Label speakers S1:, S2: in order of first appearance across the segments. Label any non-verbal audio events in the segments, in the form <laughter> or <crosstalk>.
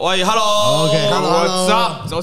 S1: 喂，hello，
S2: OK，hello，hello
S1: Oh， What's up？
S3: 早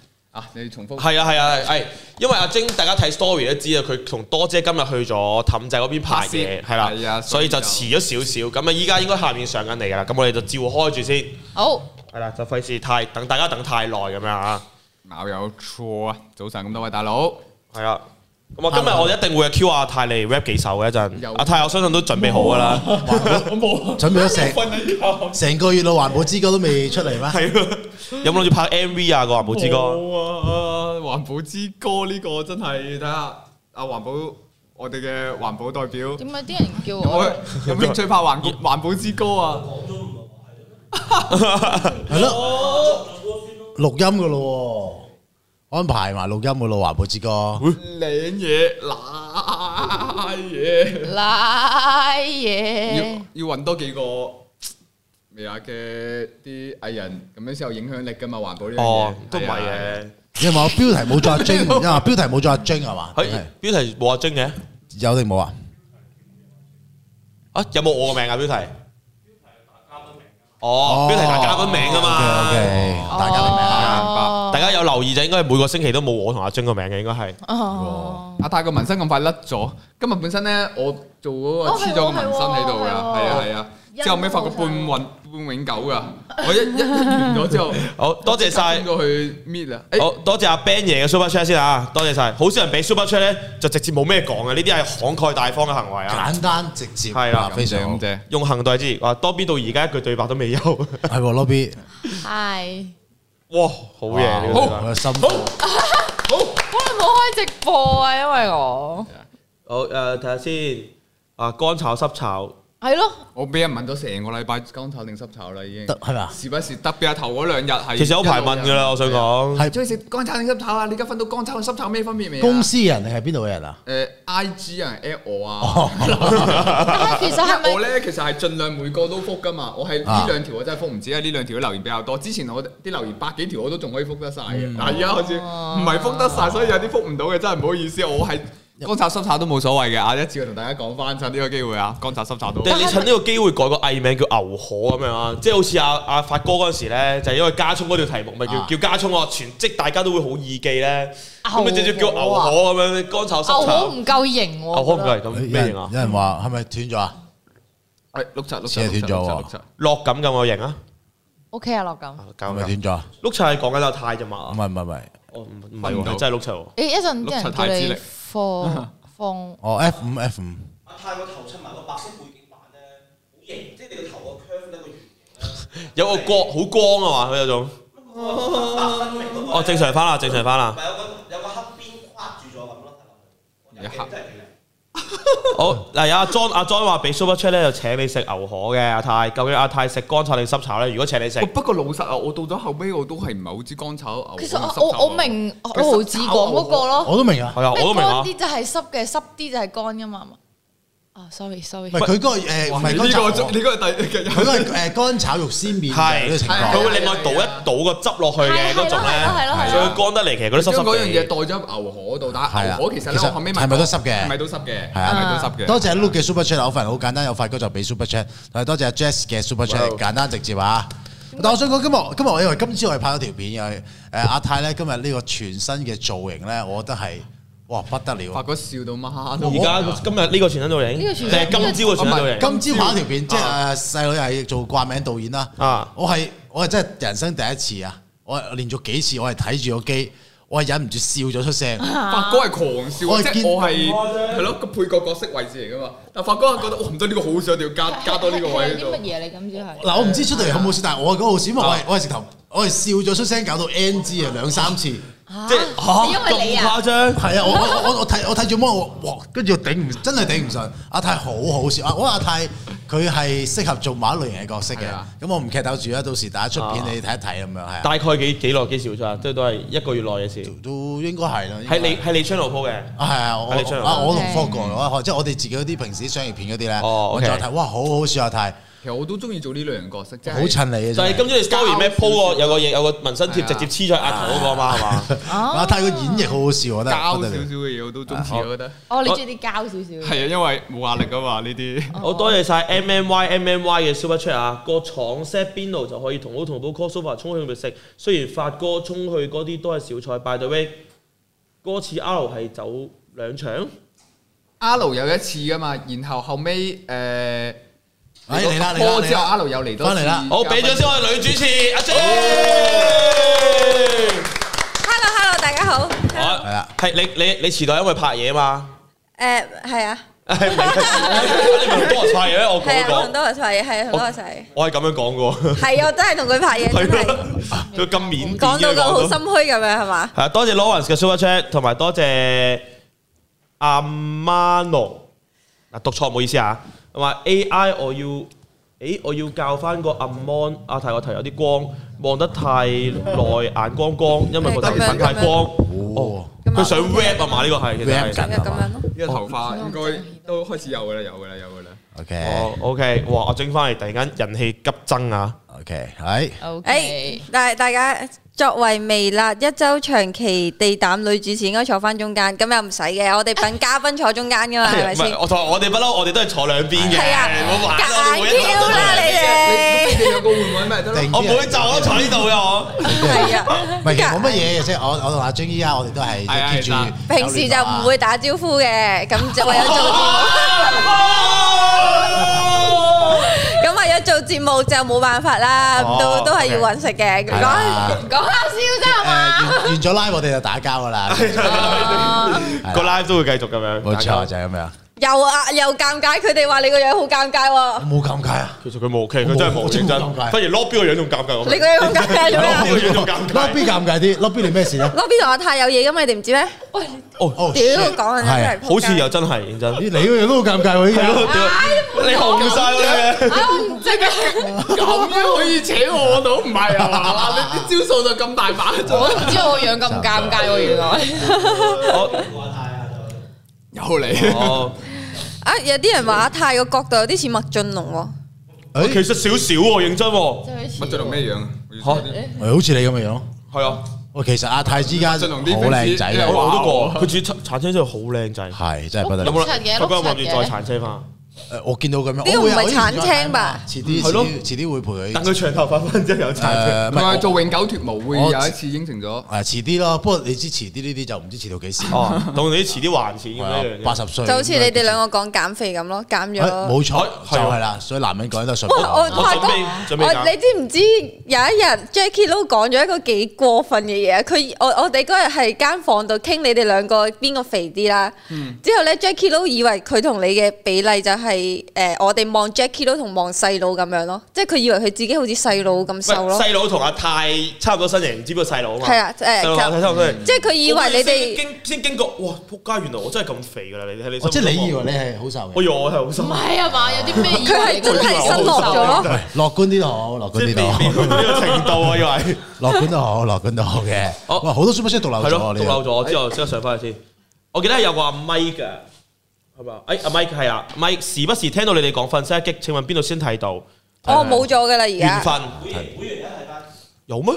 S3: 啊，你重複
S1: 係啊係啊係，因為阿晶大家睇 story 都知啊，佢同多姐今日去咗氹仔嗰邊拍嘢，
S3: 拍攝
S1: 係
S3: 係
S1: 啦，
S3: 啊
S1: 所
S3: 所
S1: 以
S3: 以
S1: 就
S3: 就
S1: 遲咗少少，咁啊依家應該下面上緊嚟㗎啦，咁我哋就照開住先，
S4: 好，
S1: 係啦，就費事太等大家等太耐咁樣啊，
S3: 冇有錯啊！早晨咁多位大佬，
S1: 係啦。咁啊，今日我哋一定會 Q 阿泰嚟 rap 幾首嘅一陣，
S3: 有
S1: 阿泰我相信都準備好㗎啦，
S2: 準備咗成成個月咯，環保之歌都未出嚟咩？
S1: <laughs> 係咯，有冇諗住拍 MV 啊？個環保之歌，
S3: 啊！環保之歌呢個真係睇下阿環保，我哋嘅環保代表，
S4: 點解啲人叫
S3: 我
S1: <laughs>
S4: 我？
S3: 有冇興趣拍環環保之歌啊？
S2: 係咯，錄音噶咯喎，安排埋錄音噶咯，環保之歌。
S3: 靚嘢嗱嘢，
S4: 拉
S3: 要
S4: 嘢，
S3: 要揾多幾個未啊嘅啲藝人，咁樣先有影響力噶嘛？環保呢樣嘢
S1: 哦，都唔係
S3: 係啊
S1: 嘅，
S2: 你話我標題冇咗阿
S1: <laughs>
S2: 晶，你話標題冇咗阿晶係嘛？
S1: 佢標題冇阿晶嘅，
S2: 有定冇啊？
S1: 啊有冇我個名啊？標題。哦，標題大家賓名啊嘛
S2: OK，大家明唔明啊？
S1: 大家有留意就應該係每個星期都冇我同阿晶個名嘅，應該係
S4: Ờ. 哦，
S3: 阿泰個紋身咁快甩咗，今日本身咧我做嗰個
S4: 哦
S3: 黐咗個紋身喺度
S4: 係
S3: 㗎，
S4: 喎
S3: 係啊係啊，
S4: 因
S3: 之後尾發覺半
S4: 為
S3: 運半永久㗎，我一一一完咗之後，
S1: <laughs> 好多謝晒
S3: 搬。咗去搣啦，哎誒
S1: 好多謝阿 Ben 爺嘅 Super Chat 先啊，多謝晒。好少人俾 Super Chat 咧，就直接冇咩講嘅，呢啲係慷慨大方嘅行為啊。
S2: 簡單直接，
S1: 係啦
S2: 啊非常好
S3: 咁。啫，
S1: 用行動之，哇！多邊到而家一句對白都未有，哇！
S2: 係喎，Lobby，
S4: 係，
S1: 好嘢呢個對白
S2: 好，心好，
S4: 我冇開直播啊，因為我
S1: 好誒，睇下先啊，乾炒濕炒
S4: 係咯，
S3: 我俾人問咗成個禮拜乾炒定濕炒啦已經
S2: 得，係咪啊？
S3: 時不時特別係頭嗰兩日係，
S1: 其實有排問㗎啦，我啊想講
S2: 係
S3: 中意食乾炒定濕炒啊？你而家分到乾炒同濕炒咩分別未啊？
S2: 公司人定係邊度嘅人啊？
S3: 誒呃 I G 有人 at 我啊。
S4: 但係其實
S3: <laughs>
S4: 係
S3: 我
S4: 咪嗯
S3: 咧其實係盡量每個都覆噶嘛，我係
S2: 啊
S3: 呢兩條我真係覆唔止啊，呢兩條留言比較多。之前我啲留言百幾條我都仲可以覆得晒嘅，但係而家好似
S4: 哦
S3: 唔係覆得晒，所以有啲覆唔到嘅，真係唔好意思。我係乾炒濕炒都冇所謂嘅啊，一次過同大家講翻趁呢個機會啊，乾炒濕炒都
S1: 你你趁呢個機會改個藝名叫牛河咁樣啊，即係好似阿阿發哥嗰陣時咧，就係因為加葱嗰條題目咪叫
S2: 啊
S1: 叫加葱啊，全即大家都會好易記咧，咁
S4: 牛
S1: 你直接叫牛
S4: 河啊
S1: 河咁樣乾炒濕
S4: 牛
S1: 炒
S4: 好，唔夠型喎？
S1: 牛河唔
S4: 我覺
S1: 係
S4: 得
S1: 咁
S2: 有
S1: 咩
S2: 人
S1: 型啊
S2: 有？人話係咪斷咗啊？
S3: 係啊碌柒碌
S2: 車
S3: 柒
S2: 斷
S3: 碌
S2: 咗
S3: 柒
S2: 喎
S3: 碌柒。
S1: 落咁咁個型啊？
S4: OK à, 啊，落咁。
S2: 係
S1: 搞
S2: 咪
S1: 緊
S2: 斷咗啊？
S1: 碌柒係講緊阿泰啫
S2: 唔
S1: 嘛？
S2: 係唔係唔係，
S1: 哦唔唔
S3: 分
S1: 係
S3: 唔
S1: 喎，
S3: 到
S1: 係真係碌柒喎。
S4: 誒一陣啲人叫
S3: 碌柒太子
S4: 你
S3: 力
S4: 放放，
S2: 哦 F 五 F 五。
S5: 阿泰個頭襯埋個白色背景板咧，好型，即係你個頭個 curve 咧個圓
S1: 有個光好光啊嘛，佢有種
S5: 形，
S1: 哦正常翻啦，正常翻啦
S5: 唔。係有個有個黑邊框住咗咁咯，睇落去，我覺得真係幾靚。
S1: 好嗱，有阿 John 阿 John 話俾 Super Chat 咧，就請你食牛河嘅阿泰，究竟阿泰食乾炒定濕炒咧？如果請你食
S3: 喂，不過老實啊，我到咗後尾我都係唔係好知乾炒牛。
S4: 其實我我我明六毫子講嗰個咯，
S2: 我都明啊，
S1: 係啊，我
S4: 咩
S1: 都明啊
S4: 乾。啲就係濕嘅，濕啲就係乾噶嘛。啊，sorry À, sorry，
S2: 唔係佢嗰個誒，唔
S3: 哇，
S2: 係
S3: 呢
S2: 乾炒，
S3: 個
S2: 佢
S3: 呢個係第
S2: 嗰個誒乾炒肉絲面嘅呢個情
S3: 係啊
S1: 佢
S2: 況，
S1: 會另外倒一倒個汁落去嘅
S4: 啊係啊
S1: 嗰種
S4: 係咯係咯係咯
S1: 咧，所以佢乾得嚟，其實嗰啲濕
S3: 將嗰
S1: 濕
S3: 樣嘢
S1: 地。
S3: 代咗入牛河度，但
S2: 係
S3: 係
S2: 啊
S3: 牛河其實
S2: 其
S3: 咧，
S2: 實
S3: 我後尾
S2: 係咪都濕嘅
S3: 係咪都濕嘅？
S2: 係啊
S3: 係咪都濕嘅？
S2: 多謝 Luke 嘅 Super Chat，我份好簡單，有發哥就俾 Super Chat，同埋多謝阿 Jess 嘅 Super Chat，
S1: Wow
S2: 簡單直接啊！但我想講今日，今日我因為今朝我係拍咗條片嘅，誒阿泰咧今日呢個全新嘅造型咧，我覺得係哇不得
S3: 發
S2: 了！啊
S3: 哥笑到媽都
S1: 而家
S3: 啊
S1: 今日呢個全身造型，
S4: 呢個
S1: 定
S4: 全身
S1: 係今朝嘅全身造型？
S3: 哦
S2: 今朝拍咗條片，即係
S3: 啊
S2: 誒細女係做掛名導演啦。
S1: 啊
S2: 我係我係真係人生第一次啊！我係連續幾次我係睇住個機，我係忍唔住笑咗出聲。
S3: 發哥係狂笑，
S2: 我係
S3: 即
S2: 見
S3: 係我係係咯個配角角色位置嚟噶嘛。但發哥係覺得哇唔得呢個好想，一定
S2: <laughs>
S3: 要加加多呢個位
S4: 係
S3: 喺
S4: 啲乜
S3: 度。
S4: 嘢嚟？今朝係
S2: 嗱，我唔知出到嚟有冇笑，但係我嗰個笑，因為我係我係直頭，我係笑咗出聲，搞到 NG 啊兩三次，
S1: 即係
S6: 係因
S1: 嚇
S6: 為你
S1: 咁
S6: 啊
S1: 誇張，
S2: 係啊，我我我我睇我睇住芒，我哇，跟住我頂唔真係頂唔順。阿泰好好笑啊！我話阿泰佢係適合做某一類型嘅角色嘅
S3: 係啊，
S2: 咁我唔劇透住啦，到時大家出片
S1: 啊
S2: 你睇一睇咁樣係啊。
S1: 大概幾幾耐幾時會出啊？都都係一個月內嘅事。
S2: 都應該係啦，應該
S1: 喺你喺你 channel 鋪嘅，
S2: 啊係啊，我
S1: 喺你 channel
S2: 啊我同
S4: OK
S2: f o g 我即係我哋自己嗰啲平時商業片嗰啲咧，
S1: 哦
S2: 我
S1: ，OK
S2: 再睇哇好好笑阿泰，
S3: 其實我都中意做呢類型角色，即係
S2: 好襯你嘅
S1: 就係
S2: 真係。
S1: 今朝你 story 咩鋪個有個嘢有個紋身
S3: 係
S1: 貼
S3: 啊
S1: 直接黐咗喺額頭嗰個啊嘛，係嘛？
S2: 阿泰個演繹好好笑，我覺得
S3: 膠
S2: 不
S3: 少
S2: 得
S3: 少
S2: 了。
S3: 嘅嘢，我都中意，我覺得
S6: 哦，你中意啲膠少少
S3: <laughs> 係
S6: 嘅。
S3: 啊，因為冇壓力啊嘛呢啲。
S1: 好多謝晒 M M Y M M Y 嘅 super chat 啊！個廠 set 邊爐就可以同好同煲 call sofa 衝去覓食，雖然發哥衝去嗰啲都係小菜，by the way，歌似 R 係走兩場，
S3: 阿盧有一次噶嘛，然後後尾誒，哎
S2: 哎嚟啦嚟啦嚟啦
S3: 之後阿盧又嚟多次
S2: 翻嚟啦
S1: 好俾咗先我哋女主持阿 J，
S7: Hello Hello，大家好。啊
S1: 係
S2: 啦，
S1: 啊係你你你遲到係因為拍嘢
S7: <laughs>
S1: 嘛？ <laughs>
S7: 誒係啊，
S1: 係咪你咪同多人拍嘢咩？我
S7: 係啊，
S1: 講
S7: 我同
S1: 講，
S7: 多個仔，係啊，同多個仔，
S1: 我係咁樣講過，
S7: 係啊我真係同佢拍嘢，
S1: <laughs>
S7: 真
S1: 係
S7: 係啊
S1: 咯，佢咁面
S7: 講到個好心虛咁樣係嘛？
S1: 係啊，多謝 Lawrence 嘅 Super Chat，同埋多謝阿 Mano，啊讀錯唔好意思啊，同埋 AI 我要，誒我要教翻個暗 mon，阿啊泰個頭有啲光，望得太耐眼光光，因為個頭粉太光，
S2: 哦，
S1: 佢想 rap 啊嘛，呢個係其實
S2: rap
S1: 係。
S2: 緊
S7: 咁
S2: 係嘛
S7: 樣咯。
S3: 呢個頭髮應該都開始有噶啦，有噶啦，有噶啦。
S2: ？OK
S1: 哦，OK，哇！我整翻嚟，突然間人氣急增啊！
S2: OK，係
S6: O
S7: 誒
S6: K，，
S7: 但係大家作為微辣一周長期地膽女主持，應該坐翻中間，咁又唔使嘅。我哋等嘉賓坐中間噶嘛，係咪
S1: 唔
S7: 先
S1: 係，？我同我哋不嬲，我哋都係坐兩邊嘅，
S7: 係啊
S1: 唔好玩啦，我哋每一集都坐兩邊
S7: 夾硬啦
S3: 你你
S7: 你哋，
S3: 兩個換位咪得咯？
S2: 定
S1: 我每一集我都坐呢度嘅我。
S7: 係
S2: 唔係其實
S7: 啊
S2: 冇。乜嘢嘅啫。我我同阿 J 依家我哋都係
S3: 係啊
S2: keep 住
S3: 係啊
S2: 有聯絡啊，
S7: 平時就唔會打招呼嘅，咁就為咗做節目，咁為咗做節目就冇辦法啦，
S1: 哦
S7: 都都係要揾食嘅。
S2: 係
S7: 講
S2: 啦。
S6: 哎講下笑
S2: 誒
S6: 啫係嘛？
S2: 完完咗 live 我哋就打交噶啦，
S1: <laughs> 個 live 都會繼續咁樣。
S2: 冇
S1: 大家
S2: 錯就係咁樣。
S7: 又啊又尷尬，佢哋話你個樣好尷尬喎
S2: 我，冇尷尬啊！
S1: 其實佢冇，其實佢真係冇
S2: 我冇
S1: 認真。
S2: 我真係冇尷尬
S1: 反而 lobby 個樣仲尷尬我。
S7: 你個樣好尷尬做咩啊
S1: 我？樣仲尷
S2: 落
S1: 尬。
S2: 邊尷尬啲，落邊你咩事咧？
S7: 嗰邊同我太有嘢咁，你哋唔知咩？
S1: 哦，
S2: 哦，
S7: 屌，講緊真
S2: 係啊
S7: 係
S1: 好似又真係認真。
S2: 咦你嗰樣都好尷尬喎，依家
S1: 係咯，屌你紅晒啦你！
S3: 咁樣可以扯我到唔係啊
S7: <laughs>
S3: 嘛？你啲招數就咁大把
S6: 我
S7: 啊
S3: 咗，
S6: 唔知我個樣咁尷尬喎，原來。
S1: 我
S3: 有你。
S1: 哦，
S7: 啊！有啲人話阿泰個角度有啲似麥浚龍喎，
S1: 哦其實少少喎，認真喎。
S3: 麥浚龍咩樣啊？
S1: 嚇
S2: 咪好似你咁嘅樣咯。
S1: 係啊，
S2: 我其實阿泰之家好
S3: 麥浚龍啲
S2: 靚仔
S3: fans
S1: 我
S2: 嘅，
S1: 我都過。佢煮鏟車真係好靚仔。
S2: 係真係不
S1: 有
S2: 得了。
S1: 冇
S6: 碌柒嘅
S1: 佢嗰日望住
S6: 碌
S1: 再
S6: 柒嘅
S1: 鏟車翻，
S2: 誒我見到咁樣，
S7: 呢個唔係
S2: 我會
S7: 橙青吧
S2: 遲啲
S1: 係
S2: 遲
S1: 咯
S2: 啲遲啲會陪佢
S1: 等佢長頭髮翻之後有鏟車。
S2: 誒，唔
S3: 佢話
S2: 係
S3: 做永久脱毛會
S2: 我
S3: 有一次應承咗。
S2: 誒遲啲咯。不過你知遲啲呢啲就唔知遲到幾時，
S1: 哦，同你遲啲還錢咁
S2: 係啊
S1: 樣樣。
S2: 八十歲
S7: 就好似你哋兩個講減肥咁咯，減
S2: 誒
S7: 咗。
S2: 冇錯
S1: 係
S2: 就
S1: 係啊
S2: 係啦，所以男人講得順。
S7: 哇！我
S1: 我
S7: 發
S1: 準
S7: 哥，
S1: 備準備
S7: 我
S1: 減
S7: 你知唔知有一日 Jackie Lou 講咗一個幾過分嘅嘢啊？佢我我哋嗰日係間房度傾你哋兩個邊個肥啲啦。
S1: 嗯
S7: 之後咧，Jackie Lou 以為佢同你嘅比例就係、呃我哋望 Jackie Lou 同望細佬咁樣咯，即係佢以為佢自己好似細佬咁瘦
S1: 喂
S7: 咯。
S1: 細佬同阿泰差唔多身形，只不過細佬啊嘛。
S7: 係啊誒
S1: 細佬同阿泰差唔多身形。
S7: 即係佢以為你哋。
S1: 經先經過，哇！撲街，原來我真係咁肥㗎啦！你睇你心目中
S2: 哦
S1: 我，
S2: 即係你以為你係好瘦
S1: 我
S2: 嘅，
S1: 以為我係好
S6: 唔
S1: 心，
S6: 係啊嘛，有啲咩以為
S7: 佢係真係失落咗咯，
S2: 樂觀啲都好，
S1: 即
S2: 樂觀
S1: 係
S2: 啲都
S1: 未未去
S2: 好，
S1: 到呢個程度，我以為
S2: 樂觀都好，樂觀都好嘅。
S1: 哦
S2: 哇，好多 super chat 獨漏
S1: 係
S2: 咗啊
S1: 咯，
S2: 呢
S1: 讀漏
S2: 個，
S1: 咗之後，即刻上翻去先。我記得有個阿 Mike 㗎，係嘛？誒阿 à, Mike 係啦，Mike 時不時聽到你哋講瞓身一擊，請問邊度先睇到？
S7: 我冇咗噶啦而
S1: 緣
S7: 家。
S1: 分有咩？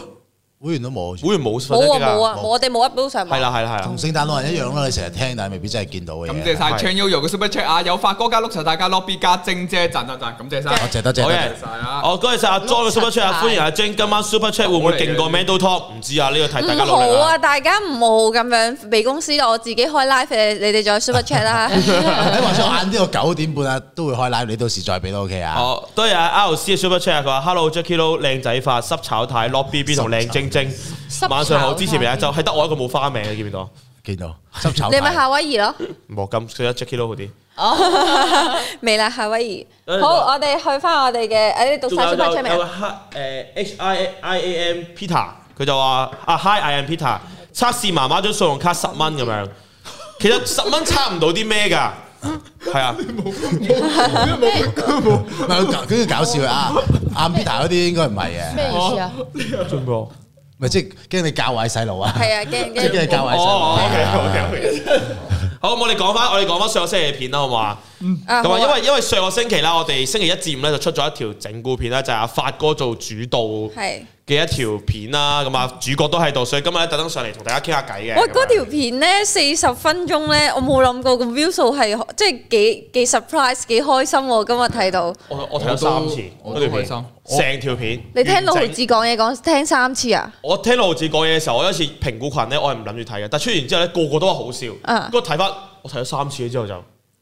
S2: 會員都冇，
S1: 會員冇瞓一
S7: 冇啊
S1: 擊
S7: 冇
S1: 啊？
S7: 啊，我哋冇 up 到上
S1: 係
S7: 網。
S1: 啦係啦係啦
S2: 同。聖誕老人一樣啦，你成日聽，但係未必真係見到嘅嘢。
S3: 感謝晒
S1: 係
S3: Chan Yoyo 嘅 Super Chat 啊！有發哥加碌柒大家 lobby 加晶姐讚讚讚，感謝晒。
S2: 多謝多謝
S1: 好
S2: 多
S1: 嘅
S2: 謝。
S3: 謝晒啊
S1: 我多謝晒阿 John 嘅 Super Chat 啊！歡迎阿 Jane 今晚 Super Chat 會唔會勁過
S3: 好嚟
S1: Man Do Top？唔知啊，呢個睇大
S7: 唔
S1: 家
S7: 好
S1: 努力
S7: 啊！
S1: 啦。
S7: 大家唔好咁樣俾公司啦，我自己開 live，你你哋再 super
S1: <laughs>
S7: chat 啦。
S2: 你話咗晏啲我九點半啊，都會開 live，你到時再俾都 OK 啊。
S1: 哦，都有 R C 嘅 super chat，佢話啊 Hello Jackie Lou 靚仔化濕炒太 Lock B B 同靚晶晶，
S6: 炒
S1: 晚上好，
S6: 太
S1: 支持未啊？就係得我一個冇花名嘅，見唔見到？
S2: 見到濕炒
S7: 你咪夏威夷咯，
S1: 冇咁，所以 Jackie Lou 好啲。
S7: 未啦夏威夷。
S1: 誒
S7: 好，我哋去翻我哋嘅，誒你讀晒 super chat 未
S1: 有
S7: 啊？
S1: 個黑誒 H I I A M Peter，佢就話啊 Hi I am Peter，測試媽媽張信用卡十蚊咁樣。其實十蚊測唔到啲咩㗎，係啊，
S2: 唔係佢佢搞笑啊！
S7: 哦
S2: 阿 Peter 嗰啲應該唔係嘅，
S6: 咩意思啊？
S1: 進步。
S2: 咪即係驚你教壞細路啊！
S7: 係啊，驚
S2: 即係驚啊
S7: 驚
S2: 你教壞細
S1: 哦
S2: 路。
S1: ，OK，OK，OK。好，我哋講翻，我哋講翻上個星期嘅片啦，好唔好啊？
S7: 啊，
S1: 咁
S7: 好
S1: 啊，
S7: 啊
S1: 因為因為上個星期啦，我哋星期一至五咧就出咗一條整蠱片啦，就係阿發哥做主導
S7: 係。
S1: 嘅一條片啦。咁啊，主角都喺度，所以今日咧特登上嚟同大家傾下偈嘅。
S7: 哇！
S1: 咁樣
S7: 嗰條片咧四十分鐘咧，我冇諗過個 view 數係即係幾幾 surprise 幾開心喎！今日睇到
S1: 我我睇咗三次，
S3: 我都
S1: 嗰
S3: 我
S1: 條
S3: 都
S1: 片，成條片。
S7: 你聽六毫
S1: 完
S7: 子
S1: 整
S7: 講嘢講聽三次啊！
S1: 我聽六毫子講嘢嘅時候，我有一次評估群咧，我係唔諗住睇嘅，但出完之後咧，個個都話好笑。
S7: 啊
S1: 不過睇翻，我睇咗三次之後就。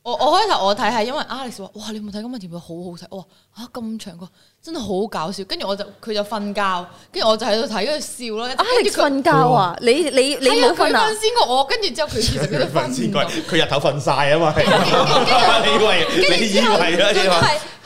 S6: 我我開頭我睇係因為 Alex 話：哇，你有冇睇今日條片好好睇？我話嚇咁長個，真係好搞笑。跟住我就佢就瞓覺，跟住我就喺度睇，跟住笑咯。
S7: 啊！你
S6: 跟住佢
S7: 瞓覺啊？你你你
S6: 係
S7: 冇瞓啊
S6: 佢？先過我，跟住之後佢其實佢都
S1: 瞓
S6: 瞓
S1: 先
S6: 唔到
S1: 佢，佢日頭瞓晒啊嘛，係你以為
S6: 跟
S1: 你
S6: 住
S1: 以
S6: 之後
S1: 為啦，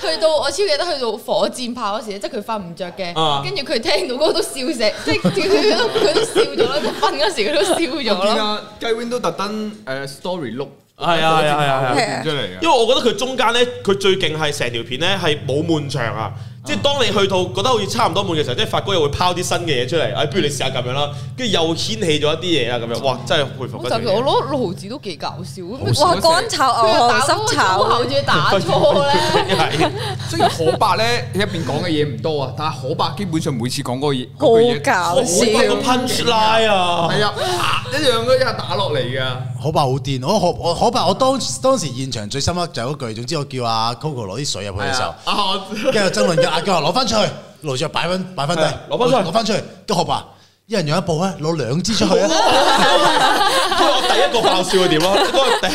S6: 佢
S1: 你話
S6: 都係去到我超記得去到火箭炮嗰時，即係佢瞓唔着嘅
S1: 啊，
S6: 跟住佢聽到嗰個都笑死，即係佢佢都佢都笑咗啦，即係瞓嗰時佢都笑咗
S3: 見
S6: 咯。
S3: 啊，雞 wing 都特登誒 story look
S1: 係啊係啊係啊
S7: 係啊
S3: 出嚟
S1: 因
S3: 嘅。
S1: 為我覺得佢中間咧，佢最勁係成條片咧係冇悶場啊！即係當你去到覺得好似差唔多悶嘅時候，即係發哥又會拋啲新嘅嘢出嚟，哎，不如你試下咁樣啦，跟住又掀起咗一啲嘢啊啦，咁樣，哇！真係佩服嗰
S6: 我就
S1: 條
S6: 其實我
S1: 嘢。
S6: 攞六毫子都幾搞笑，咁
S7: 哇！乾炒
S6: 佢
S7: 牛
S6: 又
S7: 河
S6: 打嗰個
S7: 濕
S6: 粗
S7: 炒
S6: 口，仲要打 <laughs> 錯咧。
S1: <laughs> 係
S3: 雖然可白咧一邊講嘅嘢唔多啊，但係可白基本上每次講嗰個嘢
S7: 好
S3: 嗰句嘢
S7: 搞
S1: 我覺得個
S7: 笑。
S1: punch line 啊！
S6: <laughs>
S1: <laughs>
S3: 係啊，啪一樣嗰一下打落嚟㗎。
S2: 可白好癲，我可我可白，我當當時現場最深刻就係嗰句，總之我叫阿 Coco 攞啲水入去嘅時候，
S3: 啊，我
S2: 跟住爭論嘅阿 Coco 攞翻出去，盧卓擺翻擺翻低，
S1: 係攞返出去
S2: 攞翻出去，跟住學白一人讓一步啊，攞兩支出去
S7: 哦
S2: 啊！
S1: 因為我第一個爆笑嘅點咯，嗰個第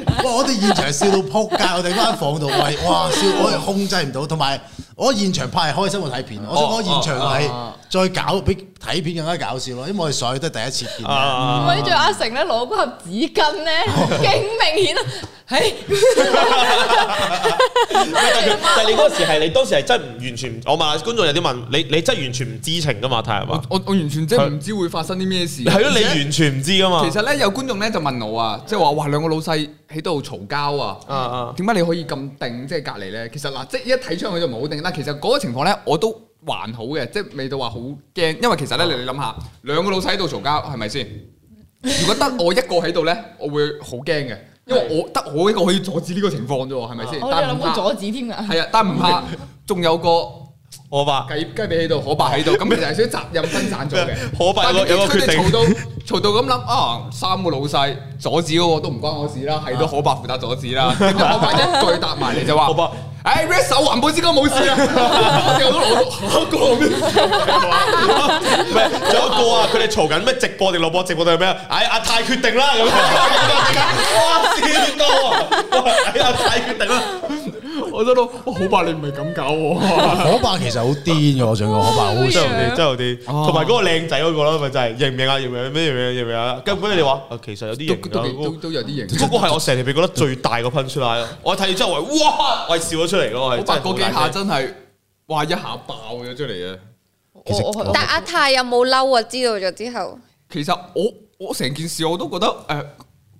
S1: 一
S2: 哇！我哋現場笑到撲街，我哋間房度喂，哇笑我係控制唔到，同埋我現場拍係開心過睇片，我想講現場係再搞比睇片更加搞笑咯，因為我哋所有都係第一次見，
S1: 啊，
S6: 咪仲有阿成咧攞嗰盒紙巾咧，勁明顯啊！唉，
S1: 但係但係你嗰時係你當時係真係唔完全唔，我問下觀眾有啲問你，你真係完全唔知情噶嘛？太係嘛？
S3: 我我完全真係唔知會發生啲咩事。
S1: 係咯，你完全唔知噶嘛？
S3: 其實咧，有觀眾咧就問我啊，即係話哇兩個老細喺度嘈交
S1: 啊
S3: 啊，
S1: 啊，
S3: 點解你可以咁定？即係隔離咧，其實嗱，即係一睇出去就唔好定。但其實嗰個情況咧，我都還好嘅，即係未到話好驚，因為其實
S1: 啊
S3: 咧，你你諗下，兩個老細喺度嘈交係咪先？如果得我一個喺度咧，我會好驚嘅，因為我得我一個可以阻止呢個情況啫喎，係咪先？
S6: <laughs> 我
S3: 但唔
S6: 哋諗
S3: 怕
S6: 過，阻止添啊！
S3: 係啊，但唔怕，仲有個。
S1: 我話。
S3: 雞雞髀喺度，可白喺度，咁其實係少責任分散咗嘅。
S1: 可白有個
S3: 但係佢哋
S1: 有個決定
S3: 嘈到嘈到咁諗啊，三個老細阻止嗰個都唔關我事啦，係都可白負責阻止啦。跟住可白一句答埋嚟 <laughs> 就話：，
S1: 可白
S3: 誒 r e s 手環保之歌冇事啊！我哋好多老下一個咩
S1: 唔係，仲有一個啊！佢哋嘈緊咩直播定錄播？直播定係咩啊？哎，阿泰決定啦咁樣，哇笑到啊！哎，阿泰決定啦，
S3: 我覺得哇，可白你唔係咁搞我。
S2: 可白其實好癲嘅，我想講可白好
S1: 真係
S2: 笑
S1: 好。
S3: 啊
S1: 啲，真係好啲。
S3: 哦
S1: 同埋嗰個靚仔嗰個啦，咪就係認唔認啊？認唔認咩？認唔認？認唔認啊？根本你話啊，其實有啲
S3: <laughs> 都
S1: 型
S3: 都幾都
S1: 㗎。
S3: 都有啲型。
S1: 嗰個係我成條片覺得最大個 punch line 咯。我睇完之後，我係哇，我係笑咗出嚟咯，我
S3: 可
S1: 係
S3: 白
S1: 真係好
S3: 嗰幾
S1: 大
S3: 下
S1: 聲。
S3: 真係，哇一下爆咗出嚟啊嘅。
S6: 我我
S7: 但阿泰有冇嬲啊？知道咗之後，
S3: 其實我我成件事我都覺得誒、呃、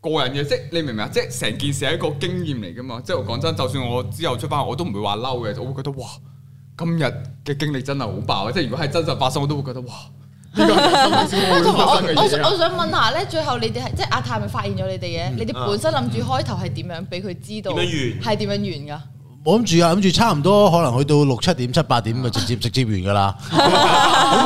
S3: 個人嘅，即係你明唔明啊？即係成件事係一個經驗嚟噶嘛。即係我講真，就算我之後出翻，我都唔會話嬲嘅。我會覺得哇，今日嘅經歷真係好爆啊！即係如果係真實發生，我都會覺得哇，呢個係
S6: <laughs>
S3: 真
S6: 啊
S3: 實
S6: 同埋我
S3: 發生嘅
S6: 我想
S3: 嘢
S6: 我
S3: 啊！
S6: 想問下咧，最後你哋係即係阿泰咪發現咗你哋
S2: 嗯
S6: 嘅，你哋本身諗住開頭係點樣俾佢知道？
S1: 點樣
S6: 係點樣完㗎？
S2: 我諗住啊，諗住差唔多可能去到六七點、七八點就直接直接完噶啦，好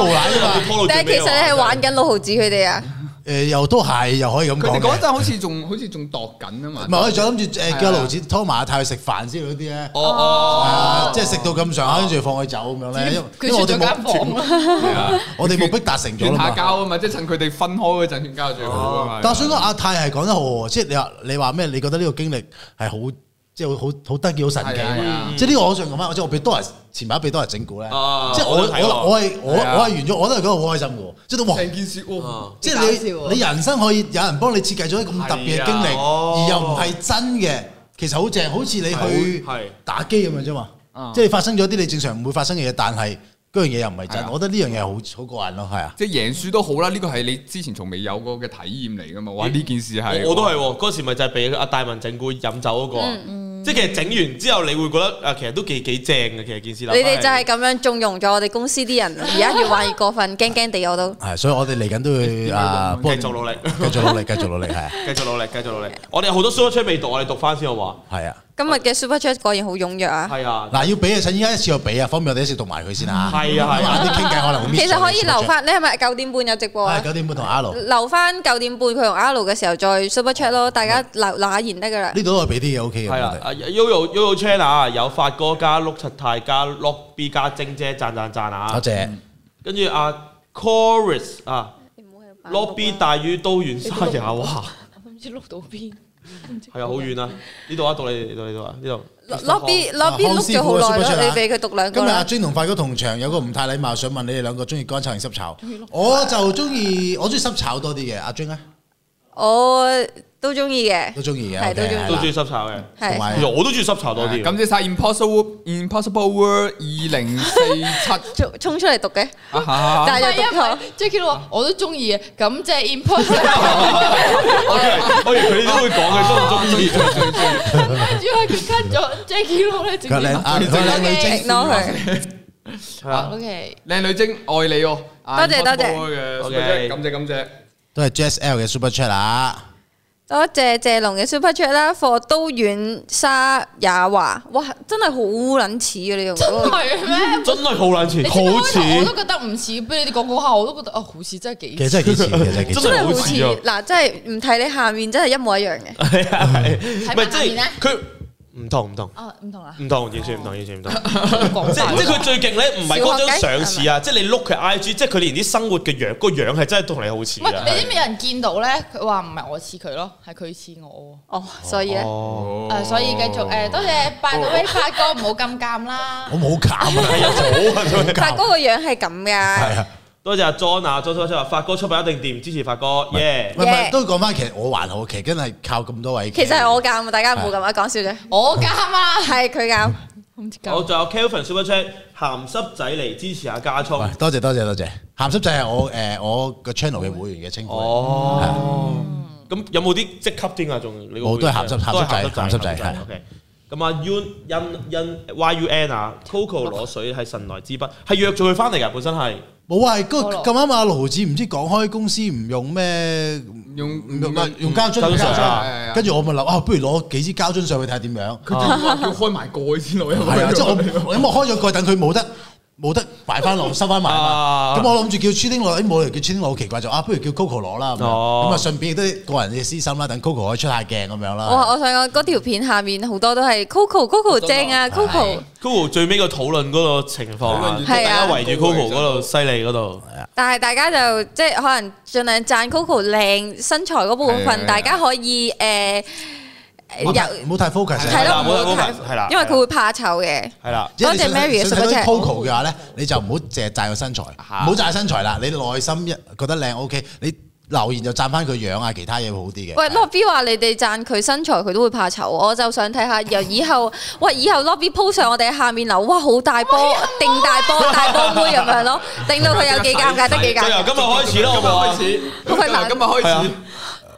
S2: 無賴噶嘛。
S1: 哎拖到
S7: 但
S1: 最
S7: 係
S1: 尾
S7: 其實
S1: 啊
S7: 你係玩緊六毫子佢哋啊！
S2: 誒又都係，又可以咁
S3: 佢
S2: 講
S3: 哋嗰
S2: 嘅。
S3: 陣好似仲好似仲度緊啊嘛
S2: 唔。係我哋仲諗住
S3: 啊
S2: 誒叫盧子拖埋阿泰去食飯之類嗰啲咧，
S1: 哦哦，
S2: 係啊即係食到咁上下，跟住放佢走咁樣咧。因為
S6: 佢
S2: 因為
S6: 出
S2: 我哋
S6: 咗間
S2: 目
S6: 房啦。
S3: 係啊
S2: 我哋目的達成咗
S3: 勸
S2: 啦
S3: 下
S2: 嘛。
S3: 交啊嘛，即係趁佢哋分開嗰陣勸交最好啊嘛。
S2: 但我想講阿泰係講得好喎，即係你話你話咩？你覺得呢個經歷係好即係好好好得意、好神奇
S3: 係啊係啊
S2: 即係呢個我想講翻，即係我俾多人前排俾多人整蠱咧，
S3: 啊
S2: 即係我
S1: 我都睇過
S2: 我我係我
S3: 係啊
S2: 我係完咗，我都係覺得好開心嘅喎，即係哇！
S3: 成件事哦哇，
S2: 即
S6: 幾搞
S2: 係
S6: 笑喎
S2: 你你人生可以有人幫你設計咗啲咁特別嘅經歷，
S1: 係啊哦
S2: 而又唔係真嘅，其實好正，好似你去
S1: 係係
S2: 打機咁樣啫嘛
S3: 啊。
S2: 即係發生咗啲你正常唔會發生嘅嘢，但係嗰樣嘢又唔係
S3: 係啊
S2: 真，我覺得呢樣嘢好好過癮咯，係啊。
S3: 即係贏輸都好啦，呢個係你之前從未有過嘅體驗嚟噶嘛？哇！
S1: 咦
S3: 呢件事係
S1: 我我都係喎，嗰時咪就係俾阿大文整蠱飲酒嗰個
S7: 嗯
S1: 啊，即係其實整完之後，你會覺得啊，其實都幾幾正嘅，其實件事諗
S7: 你
S1: 返
S7: 哋就係咁樣縱容咗我哋公司啲人，而家越玩越過分，驚驚地我都。
S2: 係，所以我哋嚟緊都會啊，幫
S1: 繼續努力，
S2: 繼續努力，繼續努力，係啊，
S1: 繼續努力，繼續努力。我哋有好多 super chat 未讀，我哋讀翻先好唔好
S2: 係啊。
S7: 今日嘅 Super Chat 果然好踴躍啊！
S1: 啊？係啊，
S2: 嗱，要俾啊，趁依家一次就俾啊，方便我哋一次讀埋佢先啊。
S1: 係
S3: <laughs>
S1: 啊係啊
S2: 咁晏啲傾偈可能會 miss 咗
S7: 其實可以留
S2: 嘅
S7: 翻，你係咪九點半有直播啊
S2: 係？九點半同阿 L
S7: 留翻九點半佢同阿 L 嘅時候再 Super Chat 咯，大家留留下言得噶啦。
S2: 呢度我俾啲嘢 OK 嘅，
S1: 係啦
S2: 我哋
S1: 啊，Yoyo Yoyo Chan 啊，有發哥加碌柒太加 Lock B 加晶姐讚讚讚啊
S2: 多！謝。
S7: 嗯
S1: 跟住阿 Chorus 啊，Lobby 大於都縣沙也哇，
S6: 我 <laughs> 唔知碌到邊，
S1: 係啊，好遠啊！呢度啊，讀你讀你讀啊，呢度
S7: lobby
S2: 康
S7: lobby 碌咗好
S2: 康師傅
S7: 耐
S2: 嘅 super
S7: 咯，
S2: chat 啊
S7: 你俾佢讀兩
S2: 今
S7: 個
S2: 日阿
S7: 啦。
S2: Jane 同快哥同場有個唔太禮貌，想問你哋兩個中意乾炒定濕炒？我就中意我中意濕炒多啲嘅，阿 Jane 咧
S7: 我都中意嘅，
S2: 都中意嘅，
S7: 係
S2: OK，
S7: 都中
S2: 係
S7: 意
S2: 啦
S1: 都中意濕炒嘅，
S2: 同埋
S7: 係
S1: 其實我都中意濕炒多啲。
S3: 感謝晒 Impossible Impossible World 二零四七
S7: 衝衝出嚟讀嘅，
S3: 啊哈！
S7: 但
S6: 係
S7: 係又讀
S6: 啊
S7: 錯。
S6: ，Jackie 都話我都中意嘅，咁即係
S2: 啊
S6: <laughs> impossible。
S1: 我以為佢哋都會講佢中唔中意。
S6: 主要係佢 cut 咗 Jackie 佬
S2: <laughs>
S6: 咧，直接
S2: 佢靚啊，佢靚女精，啊
S7: ignore 佢，
S1: 係啊
S6: O K，
S3: 靚女精愛你哦！
S7: 多謝多謝
S3: À, Impossible World 嘅
S1: OK
S3: super chat，感謝感謝。
S2: 都係 Jazz L 嘅 Super Chat
S7: <laughs>
S2: 啊！
S7: 多謝謝龍嘅 super chat 啦，for 都遠沙也華，哇，真係好撚似嘅你用
S6: 真
S7: 嗰個
S6: 係咩？
S1: 真係好撚似，
S6: 你知唔知
S1: 好
S6: 開頭我都
S1: 似，
S6: 覺得唔似，俾你哋講講下，我都覺得啊，好似真係幾
S2: 其實真係幾似，其實真係
S1: 真
S2: 幾似。
S1: 係
S7: 真係好
S1: 好
S7: 似
S1: 似啊！
S7: 嗱，真係唔睇你下面真係一模一樣
S1: <laughs>
S7: 嘅。
S1: 係啊，係唔
S6: 埋
S1: 係
S6: 下面
S1: 即
S6: 咧
S1: 係佢唔同唔同
S6: 啊，唔同啦， <laughs>
S1: 唔同，完全唔同，完全唔同。
S6: 講
S1: 即係即係佢最勁咧，唔係嗰張相似啊！即係你碌佢 I G，即係佢連啲生活嘅樣，個樣係真係同你好似
S6: 唔係你
S1: 嘅。
S6: 知唔知有人見到咧？佢話唔係我似佢咯，係佢似我。
S7: 哦，所以咧，
S1: 哦，
S6: 誒，所以繼續誒，多謝拜到威發哥，唔好咁尷啦
S2: 我。冇搞
S1: <laughs>
S2: 啊！
S1: 好啊！真係
S7: 發哥個樣係咁
S2: 係
S7: 噶，
S2: 啊，
S1: 多謝阿 John 啊，John 出話發哥出品一定掂，支持發哥耶
S2: 唔！係唔
S7: Yeah
S2: 係，都講翻，其實我還好，其實真係靠咁多位。
S7: 其實係我教，大家唔好咁啊，講笑啫，
S6: 我尷啊，
S7: 係佢教。
S6: 唔知
S1: 我
S6: 尷。
S1: 仲有 Kelvin Super Chat 鹹濕仔嚟支持下加
S2: 喂
S1: 聰。
S2: 多謝多謝多謝。鹹濕仔係
S7: <laughs>
S2: 我誒我個 channel 嘅會員嘅稱呼，
S1: 哦，咁有冇啲職級添啊？仲你個
S2: 冇都係鹹濕
S1: 都係
S2: 鹹濕仔鹹濕仔係
S1: OK。咁啊，Yun 因因 Y U N 啊，Coco 攞水係神來之筆，係約咗佢翻嚟㗎，本身係
S2: 冇啊！係嗰個
S6: 菠蘿
S2: 咁啱啊！盧子唔知講開公司唔用咩
S3: 用
S2: 唔用用膠樽，
S1: 膠樽
S3: 啊係啊
S2: 跟住我咪諗啊，不如攞幾支膠樽上去睇下點樣。
S3: 要開埋蓋先咯，因為
S2: 係啊，即係我因為我開咗蓋，等佢冇得冇得擺翻落，收翻埋 <laughs> 啊
S1: 啊
S2: 嘛。咁我諗住叫 c h i n 攞，誒冇人叫 c h i n 攞，好奇怪就啊，不如叫 Coco 攞啦。咁樣
S1: 哦
S2: 咁啊，順便亦都個人嘅私心啦，等 Coco 可以出下鏡咁樣
S7: 我
S2: 啦。
S7: 我想講嗰條片下面好多都係 Coco Coco 正啊 Coco，
S1: Coco 最尾個討論嗰個情況啊，
S7: 係
S1: 大
S7: 啊
S1: 家圍住 Coco 嗰度犀利嗰度，
S7: 但係大家就即係可能盡量讚 Coco 靚身材嗰部
S3: 係啊係啊
S7: 分，大家可以誒誒
S2: 唔好太唔
S7: 有
S2: 好太 focus 啊。
S7: 係咯，
S1: 唔好
S7: 唔好
S1: 太
S7: 太
S1: 係啦
S7: 因為佢會怕醜嘅。
S1: 係啦。
S2: 即係你想
S7: 多謝 Mary 嘅
S2: 想睇
S7: super
S2: 到
S7: chat
S2: Coco 嘅話咧，你就唔好淨係讚佢身材，唔好讚身材啦。你內心一覺得靚 OK，你留言就讚翻佢樣啊，其他嘢會好啲嘅。
S7: 喂，Lobby 話你哋讚佢身材，佢都會怕醜，我就想睇下由以後， <laughs> 喂以後 Lobby po 上我哋下面樓，哇好大波，定大 <laughs> 波大波妹咁樣咯，令到佢有幾尷尬得幾尷 <laughs>
S1: 就由
S7: 尬。
S1: 今日開始啦，好唔好啊
S3: 開始，今
S7: 好
S3: 日
S7: 鬼難
S3: 開始，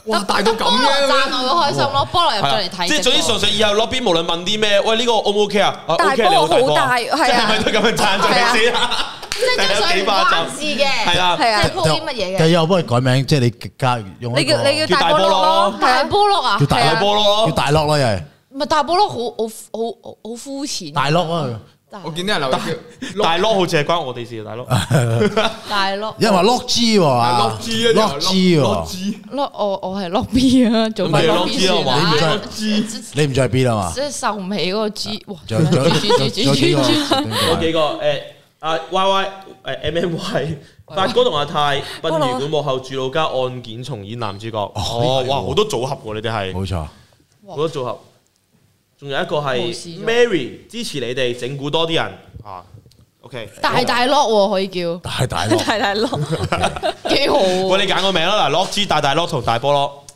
S3: 哇大到咁
S6: 菠蘿
S3: 嘅
S6: 讚我好開心咯，菠蘿
S1: 係
S6: 入咗
S1: 啦
S6: 嚟睇。
S1: 即係總之純粹以後 lobby 無論問啲咩，喂呢個 O 唔 OK 啊？啊
S7: 大
S1: OK
S7: 波
S1: 你好波
S7: 好大
S1: 即
S7: 係啊
S1: 係咪都咁樣贊助你先啊？
S6: 即係張相唔關事嘅，
S1: <laughs> 係啦，
S7: 係啊
S6: 即係 po 啲乜嘢嘅
S2: 第二我幫你改名，即係你加用一
S7: 你叫
S2: 個
S7: 啊你叫
S1: 叫大
S7: 大波
S1: 波
S7: 佬
S1: 咯
S7: 咯，係
S6: 大
S7: 啊
S6: 波碌啊
S2: 叫，大
S1: 大波
S2: 叫
S1: 咯，
S2: 大樂咯，又係
S6: 唔係大波碌，好好好好膚淺。
S2: 大樂啊。
S3: 我見到人留言
S1: 大佬好似係關我哋事啊，大佬。
S6: 大碌，
S2: 有人話 lock G 喎
S3: 叫
S2: 啊
S3: Lock G 啊
S2: ，lock G 喎，
S3: G
S6: 碌我我係碌 B 啊，做
S1: 咁
S6: 乜
S1: 你
S6: 碌
S1: lock
S6: B
S1: G 啊
S6: 算
S1: 嘛
S6: 啦
S2: 你唔？再
S6: 即即
S2: 你唔再 B 啦嘛？
S6: 即係受唔起嗰個 G，哇！
S2: 仲有仲有仲有仲有幾個？
S1: 嗰 <laughs> 幾個誒啊 Y Y 誒 M M Y <laughs> 發哥同阿泰殯儀館幕後主腦加案件重演男主角。哦，哇，好多組合喎，你哋係
S2: 冇錯，
S1: 好多組合。仲有一個係
S6: 無視咗
S1: Mary 支持你哋整蠱多啲人啊。OK，
S6: 大大碌喎，可以叫
S2: 大大樂，
S7: 大大 <laughs> 佬。
S6: 幾好喎。
S1: 喂，你揀個名啦，嗱，Lock G 大大 Lock 同大波 Lock。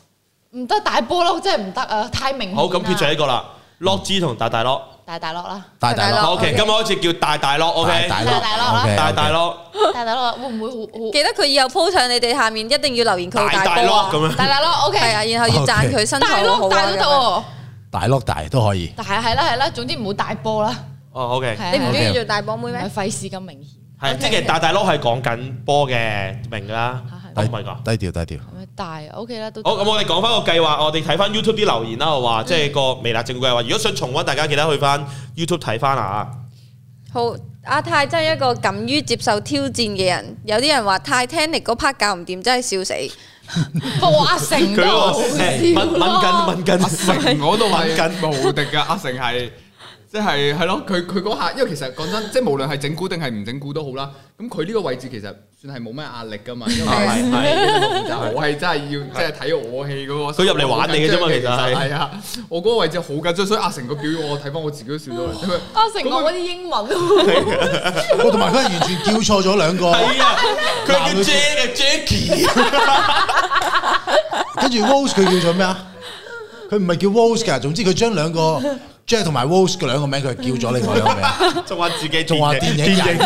S6: 唔得大波碌真係唔得啊，太明顯啦
S1: 好，咁撇除呢個啦，Lock G 同大大 Lock。
S6: 大大樂啦，
S2: 大大
S7: 大
S2: 佬，
S1: O K，今日開始叫大大咯，O K，
S2: 大
S6: 大大佬啦
S1: 大大咯，
S6: 大大樂會唔會
S7: <laughs>
S6: 好
S7: 記得佢以後 po 上你哋下面，一定要留言佢好
S1: 大大
S7: 波
S1: 咯
S7: 啊，
S1: 咁
S6: 好？
S1: 樣。
S6: 大大樂 OK，
S7: 係啊，然後要讚佢身
S6: 大
S7: 材好好
S6: 碌
S7: 啊
S6: 大都得
S7: 咁樣
S6: 喎，
S2: 大碌大都可以。
S6: 但係係啦係啦，總之唔好大波啦，
S1: 哦，O K，
S6: 係
S7: 你唔
S6: 係
S7: 中意做大波妹
S6: 唔
S7: 咩
S6: 係？啊費事咁明顯。
S1: 係
S6: OK，
S1: 即係大大咯，係講緊波嘅，明㗎啦
S6: 係，
S1: 我唔係㗎。
S2: 低調低調，
S6: 咁樣大 OK 啦，都
S1: 好，咁我哋講翻個計劃，我哋睇翻 YouTube 啲留言啦，我
S6: 嗯
S1: 話即係個微辣政府計劃。如果想重温，大家記得去翻 YouTube 睇翻啊。
S7: 好，阿泰真係一個敢於接受挑戰嘅人。有啲人話 Titanic 嗰 part 搞唔掂，真係笑死。
S6: 播阿成啊
S1: 佢
S6: 都好
S1: 嗰個誒問
S6: 笑
S1: 問
S6: 哦
S1: 緊問緊
S3: 成我度係
S1: 緊
S3: 無敵噶，阿成係即係係咯，佢佢嗰下，因為其實講真，即係無論係整蠱定係唔整蠱都好啦，咁佢呢個位置其實算係冇咩壓力噶嘛，因為
S1: 係係
S3: 我係真係要即係睇我戲嗰個，
S1: 佢入嚟玩你嘅啫嘛其實係
S3: 係啊，我嗰個位置好緊張，所以阿成個表演我睇翻我自己都笑咗，因為
S6: 阿成講嗰啲英文，
S2: 我同埋佢係完全叫錯咗兩個，
S1: 係啊，佢叫啊 Jack
S2: <laughs>
S1: Jackie，
S2: 跟住 Rose 佢叫咗咩啊？佢唔係叫 Rose 㗎，總之佢將兩個 Jack 同埋 Rose 嘅兩個名，佢係叫咗另外兩個名，
S1: 仲話自己
S2: 仲話電影人、電影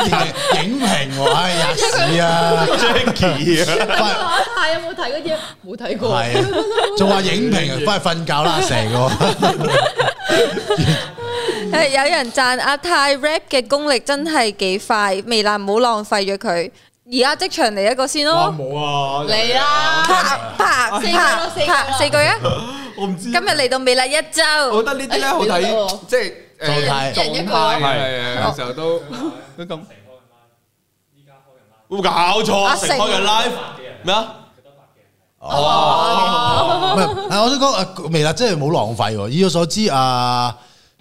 S2: 影評喎，
S1: <laughs>
S2: 哎呀屎啊！
S1: Jackie 啊，
S2: 快
S6: <laughs> 太有冇睇嗰啲啊？冇睇過。
S2: 係啊，仲話影評
S1: <laughs>
S2: 啊，翻去瞓覺啦，成個
S7: 誒，有人讚阿泰 rap 嘅功力真係幾快，微辣唔好浪費咗佢。而家即場嚟一個先
S3: 哇
S7: 咯，
S3: 冇啊，
S6: 嚟啦！
S7: 啪啪
S6: 四句咯
S7: 啪
S6: 四句咯
S7: 啪四句啊！
S3: 我唔知
S7: 今日嚟到微辣一
S3: 我
S7: 周，
S3: 覺得呢啲咧好睇，即係
S2: 狀態
S3: 狀態係有時候都都咁。
S1: 冇搞
S7: 阿
S1: 錯，啊
S7: 成
S1: 成
S6: 啊
S1: 開嘅 live 咩啊？
S2: 唔係啊！我想講啊，微辣真係冇浪費喎。以我所知啊，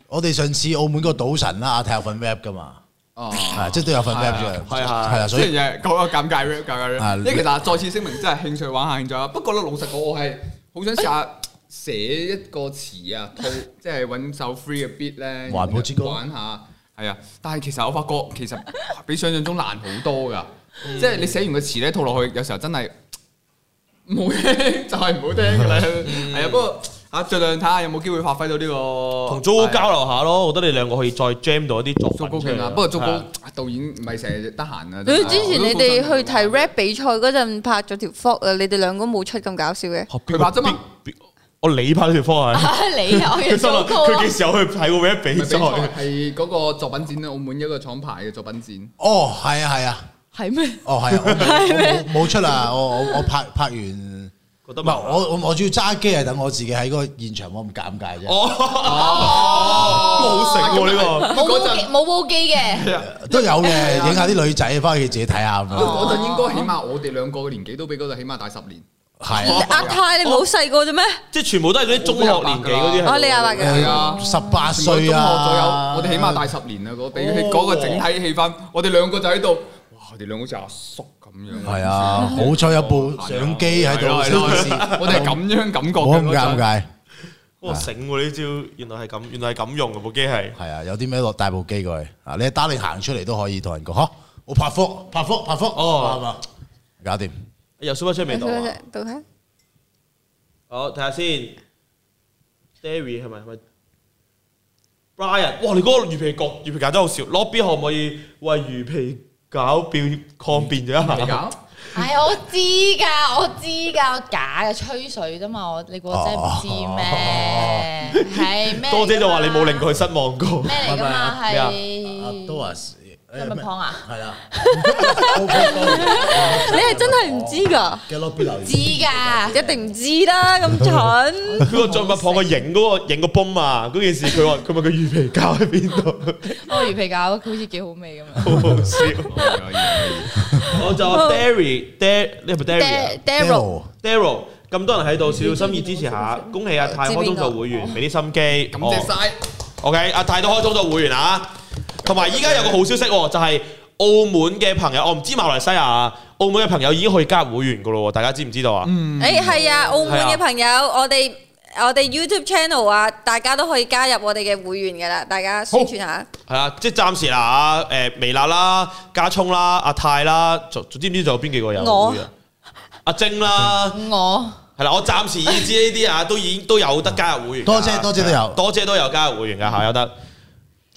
S2: 我哋上次澳門個賭神啦，阿泰有份 rap 噶嘛，
S3: 哦，
S2: 係即係都有份 rap
S3: 係
S2: 嘅，
S1: 係係
S2: 係啊，所以
S3: 即係講個尷尬 rap 尷尬
S2: 啊
S3: rap，因為其實再次聲明，真係興趣玩下興趣啦。不過咧，老實講，我係好想試下寫一個詞啊，套 <laughs> 即係揾首 free 嘅 beat 咧，
S2: 環保之歌
S3: 玩下係啊。但係其實我發覺其實 <laughs> 比想象中難好多㗎，
S7: 嗯
S3: 即係你寫完個詞咧套落去，有時候真係嗯冇聽 <laughs> 就係唔好聽㗎啦。係啊，不過啊，儘量睇下有冇機會發揮到呢個
S1: 同 Jo 交流下咯，我覺得你兩個可以再 jam 到一啲
S3: 糟
S1: 作
S3: 糕
S1: 品出
S3: 勁
S1: 嚟
S3: 啊！不過糟糕導演唔係成日得閒啊。
S7: 你之前你哋去睇
S3: 睇
S7: rap 比賽嗰陣拍咗條 vlog 啊，你哋兩個冇出咁搞笑嘅。
S1: 佢
S3: 佢拍啫嘛，
S1: 我你拍呢條科
S3: <laughs>
S1: 係。
S6: <laughs> 你啊，我要
S1: 佢心
S6: 糟
S1: 諗
S6: 糕
S1: 佢幾
S6: 啦！
S1: 時有去睇過 rap 比
S3: 比賽
S1: 賽？
S3: 係嗰個作品展啊，澳門一個廠牌嘅作品展。
S2: 哦，係啊，係啊，
S6: 係咩？
S2: 哦，係啊，我冇我冇冇出啊！我我我拍拍完。
S1: 覺
S2: 唔
S1: 得
S2: 係
S3: 啊
S2: 我我我主要揸機係啊等我自己喺嗰個現場冇咁尷尬啫，
S1: 哦，好食喎呢
S6: 冇
S3: 嗰
S6: 煲機
S3: 陣
S6: 冇煲機嘅，
S2: 都有
S3: <laughs>
S2: 嘅，
S3: 啊
S2: 影下啲女仔翻去自己睇下咁樣，
S3: 嗰陣應該起碼我哋兩個嘅年紀都比嗰度起碼大十年。哦
S2: 係啊
S7: 阿泰你冇細個啫咩？
S1: 個，即係全部都係嗰啲中學年紀嗰啲係。
S7: 哦，你阿伯嘅。
S3: 係啊
S2: 誒十八
S3: 全部中
S2: 歲
S3: 學左右，
S2: 啊，
S3: 我哋起碼大十年啦。嗰比起嗰個整體氣氛，我哋兩個就喺度，哇！我哋兩個好似阿叔咁樣。
S2: 係啊，好彩有部相機喺度，
S3: 係咯係咯 <laughs> 我哋係
S2: 咁
S3: 咁樣感覺
S2: 冇咁
S3: 嘅嗰陣
S2: 尷尬，
S1: 哇醒喎呢招，原來係咁，原來係咁用嘅部機係。
S2: 係啊，有啲咩落帶部機過去啊，你喺打你行出嚟都可以同人講，嚇我拍科拍科拍科，
S1: 哦
S2: 係嘛，搞掂，
S1: 又 super chat 未到啊？
S7: 到睇
S1: 好，睇下先。Derry 係咪係咪？Brian，哇！你嗰個魚皮角魚皮餃真好笑。Lobby 可唔可以為魚皮餃辯抗辯咗一下？
S3: 嚟搞
S6: 唉，我知㗎，我知㗎，我假嘅吹水啫嘛，我你估我真係唔知咩？係
S1: 哦
S6: 咩？
S1: 多姐就話你冇令。佢失望過。 <laughs>
S6: 咩嚟㗎嘛？
S1: 咩啊
S2: 阿
S6: 係
S2: Doris
S6: 係咪胖啊？
S2: 係啊，OK，
S7: <laughs> 你係真係唔知㗎，
S2: 哦嘅 lobby 留言
S6: 知㗎。
S7: 一定唔知啦，咁蠢。
S1: 佢個進物放個影嗰個影個泵啊！嗰件事佢話佢問佢魚皮餃喺邊度，
S6: 我哦魚皮餃好似幾好味咁啊樣。
S1: 好好笑。我就 Derry Der 你係咪 Derry 啊
S7: Dar-，Daryl，
S1: Daryl，咁多人喺度，小心意支持下，恭喜阿泰開通做會員，俾啲心機。
S3: 感謝晒。
S1: OK，阿泰都開通做會員啊！同埋依家有個好消息喎，就係澳門嘅朋友，哦我唔知馬來西亞啊，澳門嘅朋友已經可以加入會員噶咯喎，大家知唔知道啊？
S3: 嗯
S7: 誒係啊，澳門嘅朋友，我哋我哋 YouTube channel à, 啊，大家都可以加入我哋嘅會員㗎啦，大家宣傳下。
S1: 係啊，即係暫時啦，啊誒微辣啦、加聰啦、阿泰啦，仲仲知唔知仲有邊幾個有
S7: 我
S1: 會員？啊阿晶啦，
S6: 我
S1: 係啦，我暫時已知呢啲啊，都已經都有得加入會員㗎。
S2: 多姐多姐都有
S3: 嗯
S1: 多姐都有加入會員㗎嚇，有得。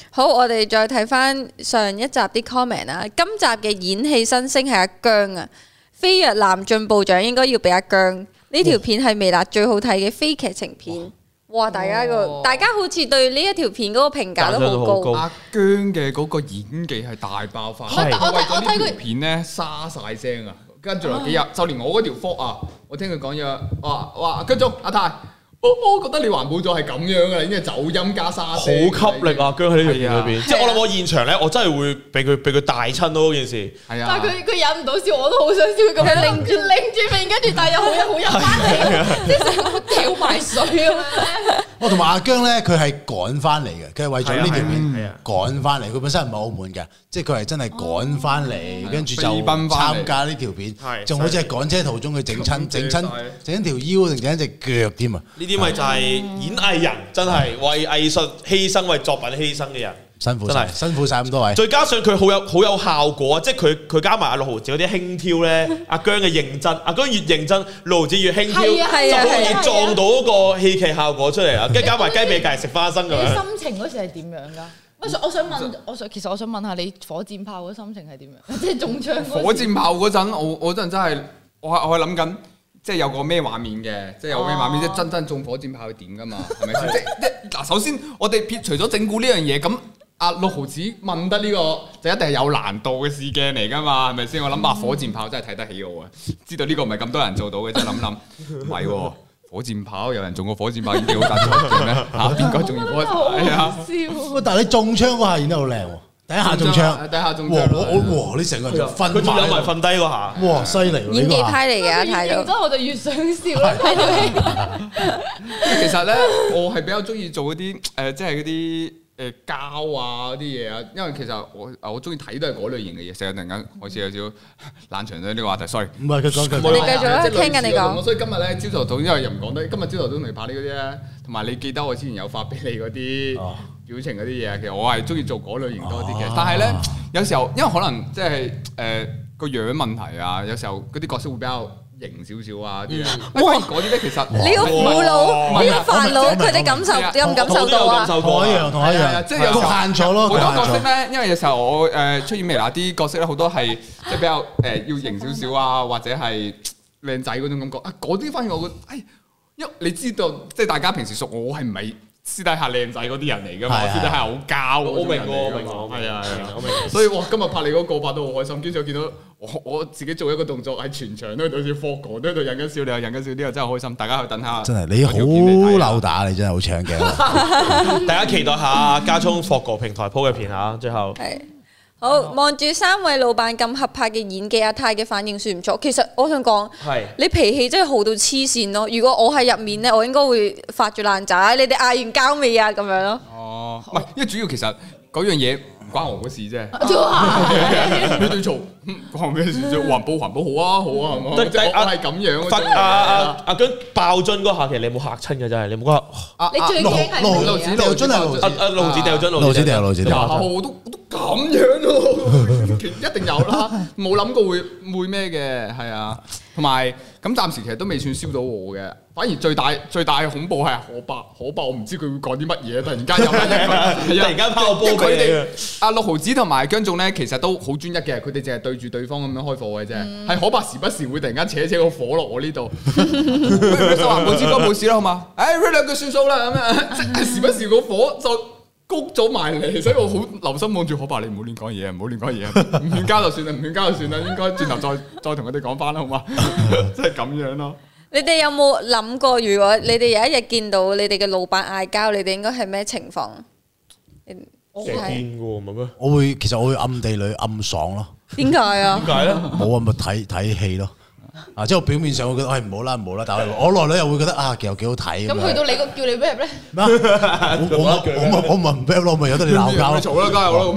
S7: 好，我哋再睇翻上一集啲 comment 啦。今集嘅演戲新星係阿姜啊，飛躍男進部長應該要俾阿姜。呢條片係微辣最好睇嘅非劇情片。哇！大家個
S6: 哇
S7: 大家好似對呢一條片嗰個評價
S1: 大家都好
S7: 都好
S1: 高
S7: 高。
S3: 阿姜嘅嗰個演技係大爆發，
S1: 唔係
S6: 但我
S3: 為
S6: 睇
S3: 咗
S6: 我
S3: 呢
S6: 睇佢哦
S3: 條片咧沙晒聲啊！跟住落幾日，就連我嗰條 f 啊，我聽佢講嘢，哇哇，跟蹤阿泰，我我覺得你環保咗係咁樣噶啊啦，已經係走音加沙
S1: 好
S3: 聲，
S1: 吸力啊！姜喺呢條片裏
S3: 係
S1: 邊，
S3: 啊
S1: 即係我諗我現場咧，我真係會俾佢俾佢大親咯嗰件事。
S3: 係啊
S6: 但係，佢佢忍唔到笑，我都好想笑佢咁樣擰住擰住面，跟住但係又好有好有翻
S1: 啊
S6: 嚟，即係成個掉埋水咁樣。
S2: 哦我同埋阿姜咧，佢係趕翻嚟嘅，佢係為咗呢條
S1: 係啊
S2: 片趕翻嚟。佢本身唔係澳門嘅，即係佢係真係趕翻
S1: 哦
S2: 嚟，跟住就
S3: 飛奔返嚟
S2: 參加呢條片
S1: 係，
S2: 仲好似係趕車途中佢整親整
S3: 咁
S2: 親整親條腰定整親隻腳添啊！
S1: 呢啲咪就係演藝人真係為藝術犧牲、為作品犧牲嘅人。
S2: 辛苦
S1: 真
S2: 晒，
S1: <laughs> 係
S2: 辛苦晒咁多位。
S1: 再加上佢好有好有效果啊！即係佢佢加埋阿六毫子嗰啲輕佻咧，阿姜嘅認真，阿姜越認真，六毫子越輕佻，
S6: 係啊係
S1: 就好容
S6: 啊係啊係
S1: 易
S6: 啊
S1: 撞到嗰個戲劇效果出嚟啦。跟住加
S6: <laughs>
S1: 埋雞髀隔食花生咁
S6: 你
S1: 樣，
S6: 心情嗰時係點樣㗎？我想我想問，我想其實我想問下你火箭炮嘅心情係點樣？ <laughs> 即係中槍嗰時
S3: 火箭炮嗰陣，我我嗰陣真係我係我係諗緊，即係有個咩畫面嘅，即係有咩畫面，即係真真中火箭炮會點噶嘛，係咪先？即 <laughs> 即嗱，首先我哋撇除咗整蠱呢樣嘢，咁阿六毫子問得呢個就一定係有難度嘅事件嚟噶嘛，係咪先？我諗啊，火箭炮真係睇得起我啊，知道呢個唔係咁多人做到嘅，即係諗諗，唔係喎。火箭炮有人中過火箭炮已經好大作嘅咩？嚇邊個中
S6: <laughs>
S3: 完火
S6: 真係好
S3: 箭？係啊，
S6: 好笑。
S2: 喂但係你中槍嗰下演得好靚喎，第一下中槍，
S3: 第一下中槍
S2: 哇！我我哇！你成個人就瞓
S1: 啊佢仲有埋 <laughs>
S2: 埋，
S1: 瞓低嗰下。
S2: 哇！犀利喎！
S7: 演
S2: 呢
S7: 技
S2: 個下
S7: 派嚟嘅阿泰
S6: 越認
S7: 度，
S6: 真我就越想笑啦，睇到戲。
S3: 其實咧，我係比較中意做嗰啲誒，即係嗰啲誒膠啊嗰啲嘢啊，因為其實我我中意睇都係嗰類型嘅嘢，成日突然間開始有少少 <laughs> 冷場咗呢個話題，sorry。
S2: 唔係佢講
S7: 我
S2: 佢
S7: 哋繼續啦，
S3: 即係類似
S7: 傾嗯緊你
S3: 嗰種
S7: 講。
S3: 所以今日咧朝頭早，因為又唔講得，今日朝頭早同你拍呢嗰啲咧，同埋你記得我之前有發俾你嗰啲
S2: 哦
S3: 表情嗰啲嘢，其實我係中意做嗰類型多啲嘅
S2: 哦。
S3: 但係咧，有時候因為可能即係誒個樣問題啊，有時候嗰啲角色會比較型少少啊啲啊。
S7: 嗯
S3: 不過嗰啲咧其實
S7: 呢個
S3: 唔係
S7: 苦
S3: 唔
S7: 惱，
S3: 係
S7: 呢個煩惱，佢哋感受有唔感
S1: 我
S7: 受
S1: 都有
S7: 到
S1: 感
S7: 啊？
S1: 受
S2: 同
S1: 過
S2: 我一樣，
S1: 啊。
S2: 同我一
S3: 係啊係啊
S2: 樣，
S3: 即係有時
S2: 局
S3: 候
S2: 限咗咯，
S3: 好
S2: 局
S3: 多
S2: 限
S3: 角色
S2: 咗。
S3: 咧，因為有時候我誒、呃出現微辣啲角色咧，好多係即係比較誒、呃要型少少啊，或者係靚仔嗰種感覺啊，嗰啲反而我覺得，哎，因為你知道，即係大家平時熟我係唔係私底下靚仔嗰啲人嚟㗎嘛，
S2: 係
S3: 私底下好膠
S1: 我
S3: 嗰種
S1: 明
S3: 人
S1: 喎，
S3: 嚟
S1: 我
S3: 㗎
S1: 明喎，
S3: 嘛
S1: 我明
S3: 係啊係啊。
S1: 我明。
S3: 所以我今日拍你嗰個拍到好開心，跟住我見到我我自己做一個動作喺全場都喺度好似 f o g 都喺度忍緊笑，你又忍緊笑，呢個真係好開心。大家去等下，
S2: 真係你好扭打，你真係好搶鏡。啊
S1: 大家期待下加聰霍哥平台鋪嘅片啊！最後
S7: 係好望住三位老闆咁合拍嘅演技，阿泰嘅反應算唔錯。其實我想講。
S1: 係
S7: 你脾氣真係好到黐線咯！如果我喺入面咧，我應該會發住爛渣，你哋嗌完交未啊？咁樣咯，
S3: 哦，唔係，因為主要其實嗰樣嘢唔關我嗰事啫。
S6: <laughs>
S3: <laughs> 你對嘈，關咩事啫？環保環保好啊，好啊，係嘛？
S1: 但
S3: 即係我
S1: 但
S3: 係咁樣嗰
S1: 發
S3: 種
S1: 阿阿
S3: 啊
S1: 阿姜爆樽嗰下，其實你有冇嚇親嘅真係，你有冇覺得
S3: 啊
S6: <laughs> 你最
S3: 啊
S6: 驚係
S2: 露
S6: 咩
S2: 露
S6: 嘢啊？
S2: 掉樽係露
S1: 阿阿路子掉樽，
S2: 露子掉露子掉
S1: 有冇嚇
S3: 啊
S1: 親
S3: 我都我都咁樣咯， <laughs> 其實一定有啦，冇諗過會會咩嘅，係啊，同埋咁暫時其實都未算燒到我嘅，反而最大最大嘅恐怖係可伯，可伯我唔知佢會講啲乜嘢，突然間有
S1: <laughs>
S3: 乜嘢，
S1: 突然間拋波
S3: 佢
S1: 俾你
S3: 哋
S1: 啊！
S3: 阿六毫子同埋姜總咧，其實都好專一嘅，佢哋淨係對住對方咁樣開火嘅啫，係、可伯時不時會突然間扯扯個火落我呢度，收環保之歌冇事啦，好嘛？唉，呢兩句算數啦，咁樣即係時不時個火就谷咗埋嚟，所以我好留心望住可伯，你唔好亂講嘢，唔好亂講
S1: <laughs>
S3: 嘢，唔勸交就算啦，唔勸交就算啦，應該轉頭再再同佢哋講翻啦，
S1: <laughs>
S3: 好嘛？即係咁樣咯。
S7: 你哋有冇諗過，如果你哋有一日見到你哋嘅老闆嗌交，你哋應該係咩情況？你
S2: 哦
S1: 成癲嘅喎，唔係咩？
S2: 我會其實我會暗地裏暗爽咯，
S7: 點解啊
S1: 點？解咧？
S2: 冇啊咪睇睇戲咯。啊，即係我表面上會覺得，唉唔好啦唔好啦，但係我內裏又會覺得啊，其實幾好睇咁
S6: 咁去
S2: 樣。
S6: 到你個叫你 rap 咧，
S2: 咩啊我我咪我咪我咪唔 rap 咯，我咪由得你鬧交咯。
S3: 你嘈啦，梗係
S2: 我我
S3: 我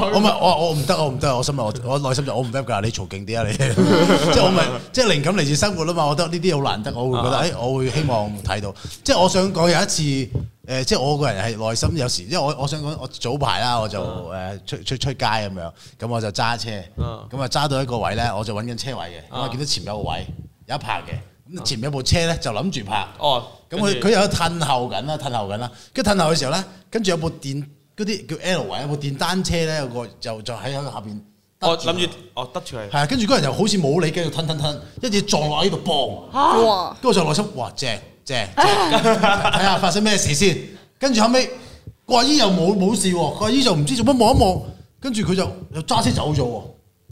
S3: 啦，
S2: 我咪我我唔得我唔得，我心諗我我內心就我唔 rap 㗎，你嘈勁啲啊你。
S3: <laughs>
S2: 即係我咪即係靈感嚟自生活啊嘛，我覺得呢啲好難得，我會
S3: 啊
S2: 覺得誒，我會希望睇到。即係我想講有一次。誒，即係我個人係內心有時，因為我我想講，我早排啦，我就
S3: 啊
S2: 誒出出出街咁樣，咁我就揸車，
S1: 啊
S2: 咁啊揸到一個位咧，我就揾緊車位嘅，咁
S1: 啊
S2: 我見到前面有個位有一拍
S3: 啊
S2: 嘅，咁前面有部車咧就諗住拍，
S1: 哦，
S2: 咁佢佢又褪後緊啦，褪後緊啦，跟住褪後嘅時候咧，跟住有部電嗰啲叫 L 啊位，有部電單車咧，有個就就喺下邊。
S1: 我諗住，哦，得住佢。
S2: 係啊，跟住嗰人又好似冇理，繼續吞吞吞，一嘢撞落喺度，磅。
S1: 啊
S7: 哇！
S2: 跟住我就內心，哇正正
S1: <laughs>
S2: 正，睇下發生咩事先。跟住後尾個阿姨又冇冇事喎，個阿姨就唔知做乜望一望，跟住佢就又揸車走咗喎。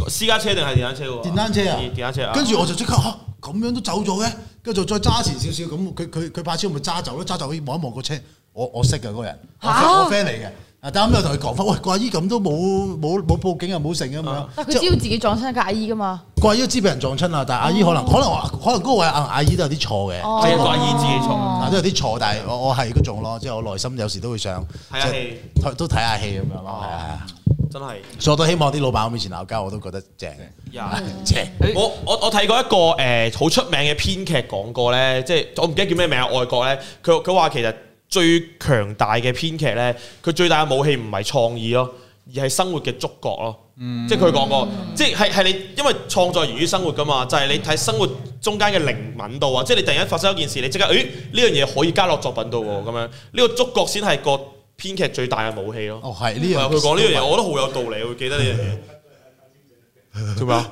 S1: 私家車定係電單車喎？
S2: 電單車啊，
S1: 電單車啊。
S2: 跟住我就即刻嚇咁樣都走咗嘅，跟住就再揸前少少咁，佢佢佢派車咪揸走咯，揸走可以望一望個車，我我識嘅嗰個人，我
S6: 嚇
S2: friend- 我 friend 嚟嘅。啊！但係後尾我同佢講翻，喂，個阿姨咁都冇冇冇報警又啊冇成咁
S6: 但
S2: 樣，
S6: 哦佢
S2: 即
S6: 知
S2: 係
S6: 道自己撞親架阿姨噶嘛？
S2: 個阿姨都知俾人撞親啊，但係阿姨可
S6: 哦
S2: 能可能可能嗰位啊阿阿姨都有啲錯嘅，
S1: 係啊，怪意自己錯。
S2: 啊都有啲錯，但係我我係嗰種咯，即係我內心有時都會想
S1: 睇下戲哦
S2: 即係都睇下戲咁樣咯，係啊係啊，
S1: 真係。
S2: 所以我都希望啲老闆喺面前鬧交，我都覺得正
S1: 呀
S6: 嗯
S2: <laughs> 正。
S1: 我我我睇過一個誒好出名嘅編劇講過咧，即係我唔記得叫咩名啊，外國咧，佢佢話其實最強大嘅編劇咧，佢最大嘅武器唔係創意咯，而係生活嘅觸覺咯。即係佢講過，即係係係你因為創作源於生活噶嘛，就係、你睇生活中間嘅靈敏度啊，即係你突然間發生一件事，你即刻誒呢樣嘢可以加落作品度喎咁樣，呢、個觸覺先係個編劇最大嘅武器咯。
S2: 哦，係呢
S1: 係啊
S2: 樣，
S1: 佢講呢樣嘢，我覺得好有道理，我會記得呢樣嘢。做咩啊？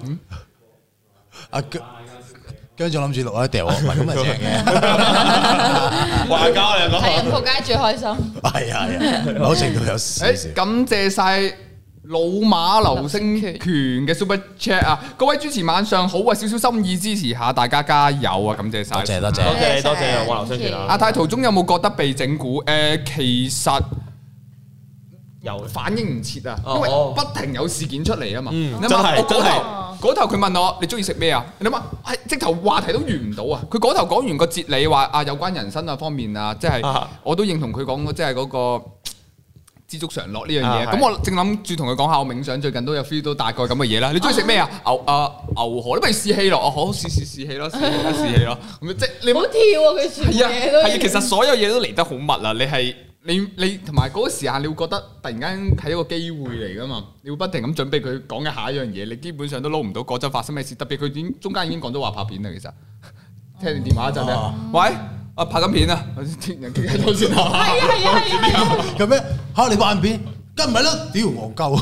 S2: 阿啊姜姜總諗住錄一啊掉
S7: <laughs>
S2: 我，唔係咁咪正
S1: <laughs>
S2: 嘅，
S1: 話交啊你
S6: 睇咁
S1: 講，
S6: 仆街最開心。
S2: 係啊係啊，某程度有少少
S3: 誒，。感謝晒老馬流星拳嘅 Super Chat 啊！各位主持晚上好啊，少少心意支持下大家加油啊！感謝晒，
S2: 多謝多謝
S1: 多謝多謝黃流星拳
S3: 阿
S1: 啊，
S3: 泰途中有冇覺得被整蠱？誒、呃其實
S1: 有
S3: 反應唔切啊，
S1: 哦
S3: 因為
S1: 哦
S3: 不停有事件出嚟啊嘛。
S1: 嗯
S3: 你諗下
S1: 真係
S3: 我嗰
S1: 真係
S3: 頭嗰頭佢問我你中意食咩啊？你諗下，係直頭話題都完唔到啊！佢嗰頭講完個哲理話啊，有關人生啊方面啊，即係、
S1: 啊
S3: 我都認同佢講嗰即係嗰個。呃知足常樂呢樣
S1: 啊
S3: 嘢，咁、
S1: 係
S3: 我正諗住同佢講下，我冥想最近都有 feel 到大概咁嘅嘢啦。你中意食咩啊？牛啊牛河，你不如試氣咯，哦好試試試氣咯，試氣啦試氣咯，咁即係你
S6: 好跳啊！佢全部
S3: 係啊，
S6: <laughs> 嘢都
S3: 係啊，其實所有嘢都嚟得好密啊啦。你係你你同埋嗰個時間，你會覺得突然間係一個機會嚟噶嘛？你會不停咁準備佢講嘅下一樣嘢，你基本上都撈唔到嗰陣發生咩事。特別佢已經中間已經講咗話拍片啦，其實 <laughs> 聽你電話嗰陣咧，
S2: 哦
S3: 喂，啊拍緊片
S2: <laughs>
S3: 啊，人傾緊咗先啊。
S6: 係啊係啊係啊係啊！
S2: 咁咩？嚇你玩片，梗唔係啦，屌戇
S7: <laughs>
S2: 鳩，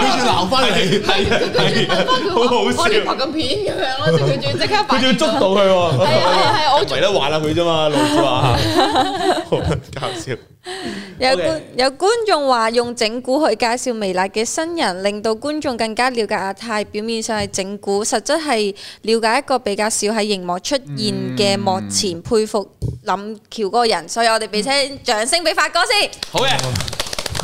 S2: 佢仲鬧翻你，
S6: 佢仲
S1: <laughs>
S6: 要分翻佢
S1: 好
S6: 話
S1: 好笑
S6: 我哋拍緊片咁樣咯，即係佢仲要即刻
S1: 佢
S6: 反
S1: 仲要
S6: 應
S1: 捉到佢喎，
S6: 係啊係啊係啊
S1: <laughs>
S6: 我
S1: 唔係得玩下佢啫嘛，老子話，好搞笑。
S7: 有
S1: OK
S7: 觀有觀眾話用整蠱去介紹微辣嘅新人，令到觀眾更加了解阿泰。表面上係整蠱，實質係了解一個比較少喺熒幕出現嘅幕前，佩服林橋嗰個人。所以我哋俾聲掌聲俾發哥先。
S1: 好嘅，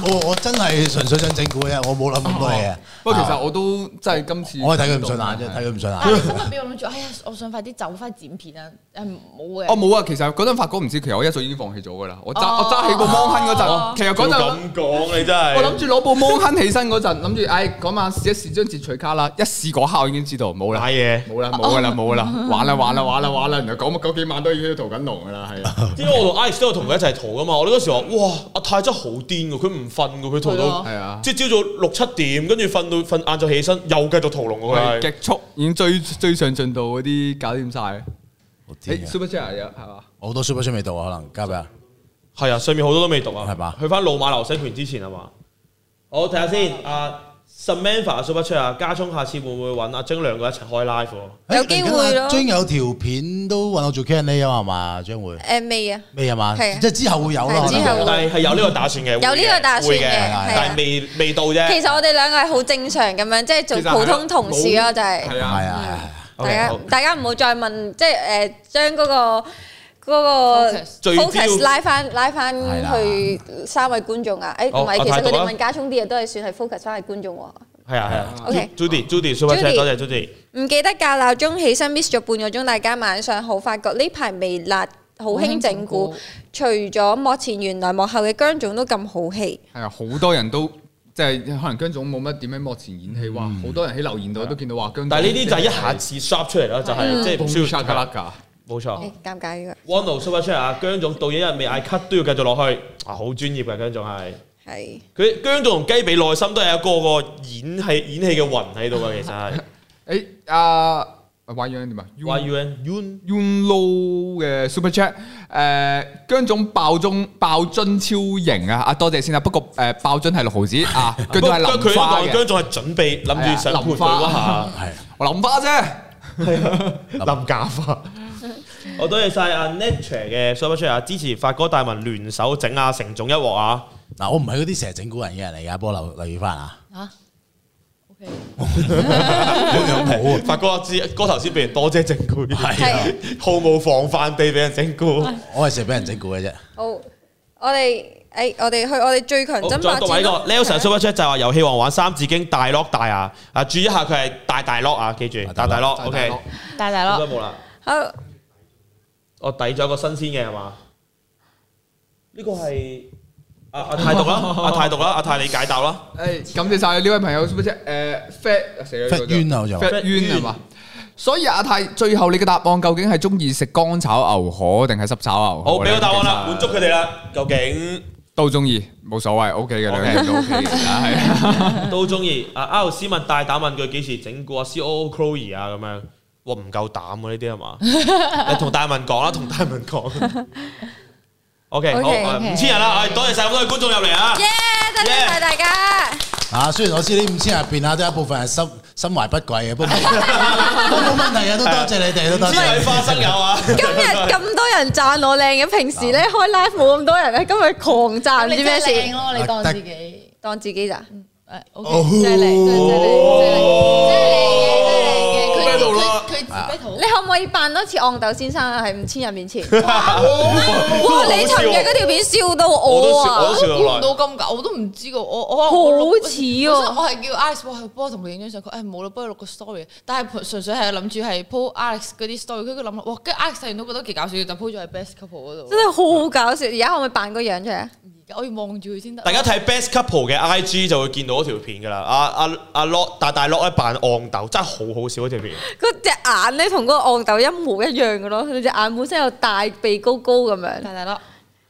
S2: 我我真係純粹想整蠱嘅，我冇諗咁多嘢
S7: 哦
S2: 啊。
S3: <laughs> 不過其實我都真係今次
S2: 我係睇佢唔順眼
S7: 啊
S2: 啫，睇佢唔順
S6: 但係
S2: 眼。
S6: 你今日俾我諗住，哎呀，我想快啲走翻剪片啊！誒冇
S3: 我
S6: 嘅，
S3: 冇啊，其實嗰陣發哥唔知，其實我一早已經放棄咗噶啦。我揸
S6: 哦
S3: 我揸起個芒坑嗰陣，其實嗰陣。
S1: 咁講你真係，
S3: 我諗住攞部芒坑起身嗰陣，諗住唉嗰晚試一試張截取卡啦，一試嗰刻我已經知道冇啦
S1: 買，嘢。
S3: 冇啦冇噶啦冇噶啦，
S1: <laughs>
S3: 玩啦玩啦玩啦玩啦，然後講嗰幾晚都已經逃緊龍噶啦，
S1: <laughs>
S3: 係啊，
S1: 因為我同 Ice 都有同佢一齊逃噶嘛，我哋嗰時話：哇，阿泰真係好癲㗎，佢唔瞓㗎，佢逃到
S3: 係啊
S1: <laughs> 即係朝早六七點，跟住瞓到瞓晏晝起身，又繼續逃龍
S3: 我
S1: 㗎佢
S3: 係
S1: 係。
S3: 極速已經追追上進度嗰啲搞掂晒。
S2: 我知
S3: 誒
S2: 嘅
S3: Super Chat 有係嘛？
S2: 我好多 super 出未到啊，可能交俾啊。
S1: 係啊，上面好多都未讀啊，
S2: 係嘛
S1: 去翻老馬流星拳之前係啊嘛？好睇下先，阿 Samantha Super Chat 啊，加聰下次會唔會揾阿晶兩個一齊開 live 喎？
S7: 有機會咯
S2: 誒啊張有條片都揾我做 Q&A 啊係嘛，將會
S7: 誒、未啊，
S2: 咩啊嘛，
S7: 係啊
S2: 即係之後會有啦。
S7: 係之後
S1: 但係係有呢個打算嘅，
S7: 有呢個打算
S1: 會
S7: 嘅，係
S2: 係
S1: 但
S7: 啊
S1: 係。未未到啫。
S7: 其實我哋兩個係好正常咁樣，即係做普通同事咯，就哎係、
S3: 係
S2: 係
S3: 啊，
S2: 啊係啊。
S1: OK，
S7: 大家
S1: 好
S7: 大家唔好再問，即係誒將嗰個嗰個
S6: Focus
S1: 聚焦
S7: focus 拉翻拉翻
S2: 係啦
S7: 去三位觀眾啊！誒
S1: 好
S7: 唔係，其
S1: 阿
S7: 實
S1: 泰
S7: 佢
S1: 讀
S7: 哋
S1: 啊
S7: 問家聰啲嘢都係算係 focus 翻去觀眾喎。
S1: 係啊係啊。
S7: OK
S1: Judy Judy Super Chat，
S7: Judy
S1: 多謝 Judy。
S7: 唔記得教鬧鐘起身 miss 咗半個鐘，大家晚上好，發覺呢排微辣好興整蠱，除咗幕前原來幕後嘅姜總都咁好戲，
S3: 係啊，好多人都即係可能姜總冇乜點喺幕前演戲，哇！好多人喺留言度都見到話姜總，
S1: 但係呢啲就係一下子 sharp 出嚟啦，就
S7: 嗯
S1: 係即係唔需要
S3: 嗯 boom shot 㗎啦㗎。
S1: 冇錯
S7: 誒。尷尬呢
S1: Wano Super Chat 啊，姜總到一日未嗌 cut 都要繼續落去，啊好專業嘅姜總係。
S7: 個係
S1: 佢姜總同雞髀啊內心都係有個個演戲演戲嘅魂喺度嘅，其實係。
S3: 誒啊，唔 Y U N 點啊
S1: Y U N Yun
S3: Unlow 嘅 Super Chat，誒、姜呃總爆樽爆樽超型啊！啊多謝先啊，不過誒、爆樽係六毫子啊，姜總係
S1: 不過
S3: 林
S1: 佢
S3: 花
S1: 呢個姜
S3: 嘅，
S1: 仲係準備諗住想潑佢嗰
S3: 係
S1: 下 <laughs>
S3: 啊。我林花啫，
S1: 林家花。我多謝晒阿 Nature 嘅 super chat 啊，支持發哥大文聯手整阿成總一鑊啊！
S2: 嗱，我唔係嗰啲成日整蠱人嘅人嚟噶，幫劉劉宇翻啊，
S6: 啊，OK，
S1: 啊冇發啊哥知哥頭先俾人多姐整蠱， <laughs>
S2: 係啊，
S1: 毫無防範地俾人整蠱。
S2: 我係成日俾人整蠱嘅啫。
S7: 好，我哋誒，我哋去我哋最強
S1: 好，
S7: 爭
S1: 仲
S7: 霸啊
S1: 有讀埋呢
S7: 戰
S1: 個
S7: 咯
S1: Nelson super chat 就係話遊戲王玩三字經大 lock 大啊！啊，注意一下佢係大大 lock 啊，記住大
S2: 大
S1: 大 lock。
S3: 大
S1: OK，應
S3: 大 lock
S6: 大大
S1: 該
S6: 咯，
S1: 冇啦。
S7: 好，
S1: 我哦抵咗一個新鮮嘅係嘛？呢個係阿阿泰讀啦，啊阿泰讀啦，阿泰你解答啦。
S3: 誒哎感謝晒呢位朋友 Super Chat，誒、Fat 呃死啦
S2: Fat Yun 啊好似話
S3: Fat 冤係嘛？所以阿泰，最後你嘅答案究竟係中意食乾炒牛河定係濕炒牛河？
S1: 好，俾個答案啦，
S3: 其實
S1: 滿足佢哋啦。究竟？ <laughs>
S3: 都中意，冇所謂，OK 嘅，兩樣都 OK 嘅，係啊
S1: 都中意。啊，R 斯文大膽問佢幾時整蠱啊，C O O Chloe 啊咁樣。哇，唔夠膽啊呢啲係 <laughs> 嘛？你同大文講啦，同大文講。O K，好，
S7: OK，
S1: 啊
S6: OK
S1: 五千人啦，唉多謝晒咁多位觀眾入嚟啊
S7: 耶！！多謝晒大家。
S2: 啊，雖然我知呢五千入邊啊，都有一部分係心心懷不軌嘅，不過都冇問題嘅，啊都多謝你哋，都多
S1: 五千
S2: 謝
S1: 位
S2: 你
S1: 花生友啊！
S7: 今日咁多人讚我靚嘅，平時咧開 live 冇咁多人咧，今日狂讚，唔知咩
S6: 你真係靚
S7: 事，
S6: 咯，你當自己
S7: 當自己咋？
S6: 誒
S2: 哦
S6: À, OK，真係靚，真係靚，真係靚，真係靚嘅，真係靚嘅，佢
S1: 咩路啦
S6: 佢佢自卑
S7: 你可唔可以扮多次戇豆先生啊？喺五千人面 <laughs> 前，哇！你尋日嗰條片笑到
S1: 我都
S7: 我
S1: 笑，我
S7: 啊
S1: 都！笑
S6: 我估
S1: 到
S6: 唔
S1: 耐。
S6: 到咁㗎，我都唔知㗎。我我
S7: 好
S6: 我我
S7: 似喎
S6: 本身我係叫 Alex，哇，幫我同佢影張相。佢誒冇啦，幫佢錄個 story。但係純粹係諗住係 po Alex 嗰啲 story，佢佢諗哇，跟住 Alex 睇完都覺得幾搞笑，就 po 咗喺 Best Couple 嗰度
S7: 真。係好搞笑，而家可唔可以扮個樣出嚟啊？
S6: 而家我要望住佢先得。
S1: 大家睇 Best Couple 嘅 I G 就會見到嗰條片㗎啦。阿阿阿 Lock 大大 Lock 咧扮戇豆，真係好好笑嗰條片。
S7: 嗰隻眼咧同嗰個戇豆一模一樣嘅咯，佢隻眼本身又大，鼻高高咁樣，
S6: 大大粒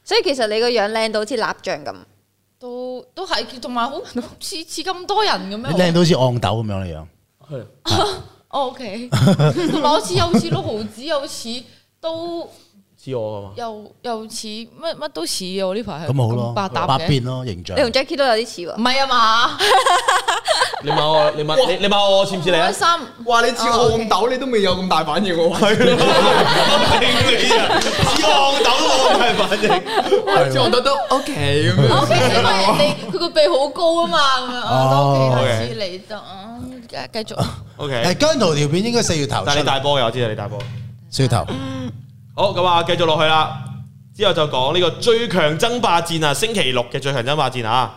S7: 所以其實你個樣靚到好似蠟像咁。
S6: 都都係，同埋好似似咁多人咁
S2: 你靚
S6: 樣。
S2: 到好似戇豆咁樣嘅樣。
S6: 哦 OK，同 <laughs> 埋好似又似六毫子，又似都
S1: 知我㗎嘛？
S6: 又又似乜乜都似啊！我呢排係
S2: 咁好咯，
S6: 百搭
S2: 百
S6: 嘅，
S2: 變咯形象
S7: 你。同 Jackie 都有啲似喎
S6: 唔。係啊嘛，
S1: 你問 <laughs> 我，你問你你問我似唔似你啊
S6: 開？心。
S3: 哇！你似 <laughs>
S6: 哦
S3: 戇豆，你都未有咁大反應喎。
S1: 係咯， <laughs> 你啊，似戇豆我係反正。
S3: 即我覺得 OK 咁
S6: 我
S3: 樣。
S6: 其實因為
S1: <laughs>
S6: 你佢個鼻好高啊嘛，咁樣
S2: 哦
S6: 我都 OK，下次嚟得啊，繼續
S1: O
S2: 誒，
S1: K，
S2: 姜濤條片應該四月頭出
S1: 但係你大波嘅，我知啊道你大波。
S2: 四月頭。
S1: 好，咁啊，繼續落去啦。之後就講呢個最強爭霸戰啊，星期六嘅最強爭霸戰啊。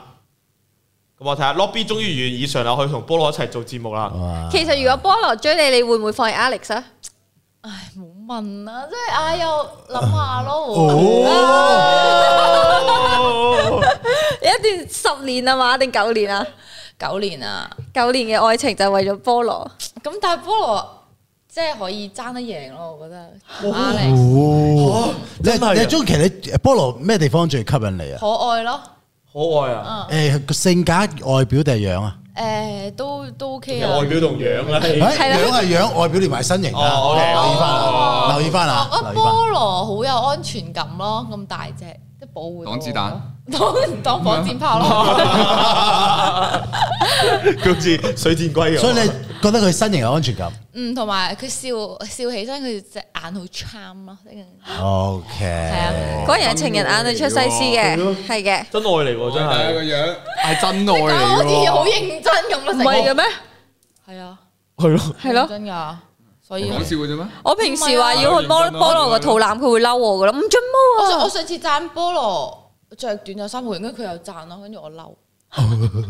S1: 咁我睇下 Lobby 終於願意上樓去同菠蘿一齊做節目啦。
S2: 哇
S7: 其實如果菠蘿追你，你會唔會放棄 Alex 啊？
S6: 唉，冇問啦，即係唉，又諗下咯。
S2: 哦，
S7: 一段十年啊嘛，定九年啊？
S6: 九年啊，
S7: 九年嘅愛情就為咗菠蘿，
S6: 咁但係菠蘿即係可以爭得贏咯，我覺得。Alex 啊
S2: 哦，你
S1: 真係啊㗎
S2: 你中期你菠蘿咩地方最吸引你啊？
S6: 可愛咯，
S1: 可愛啊！
S6: 嗯，
S2: 誒，個性格、外表定係樣啊？
S6: 誒都都 OK 啊。
S1: 外表同樣啦，
S2: 誒，樣係樣，外表連埋身形啊。
S1: 哦，OK，
S2: 留意翻啊，留意翻啊
S6: 我覺，得
S2: 留意翻。
S6: 哦菠蘿好有安全感咯，咁大隻，即係保護到我
S3: 擋子彈，
S6: 當當火箭炮咯。
S3: <laughs>
S1: 佢好似水箭龜咁。
S2: 所以你覺得佢身形有安全感
S6: 嗯，同埋佢笑笑起身，佢隻眼好 charm 咯，即係
S2: ？OK，啊
S6: 係
S7: 嗰人係情人眼裏出西施嘅，係嘅。
S1: 真愛嚟喎，真
S3: 係個
S1: 係。
S3: 樣係真愛
S6: 搞
S3: 嚟
S6: 好似好
S3: 喎。
S6: 認真咁咯，
S7: 唔係嘅咩？
S6: 係啊，
S1: 係咯，
S7: 係咯
S6: 真㗎，所以
S3: 講笑嘅啫咩？
S7: 我平時話要去菠菠蘿個肚腩，佢會嬲我噶啦，唔准
S6: 我
S7: 摸
S6: 上我
S7: 啊！
S6: 上次讚菠蘿着短咗衫褲，跟住佢又讚咯，跟住我嬲，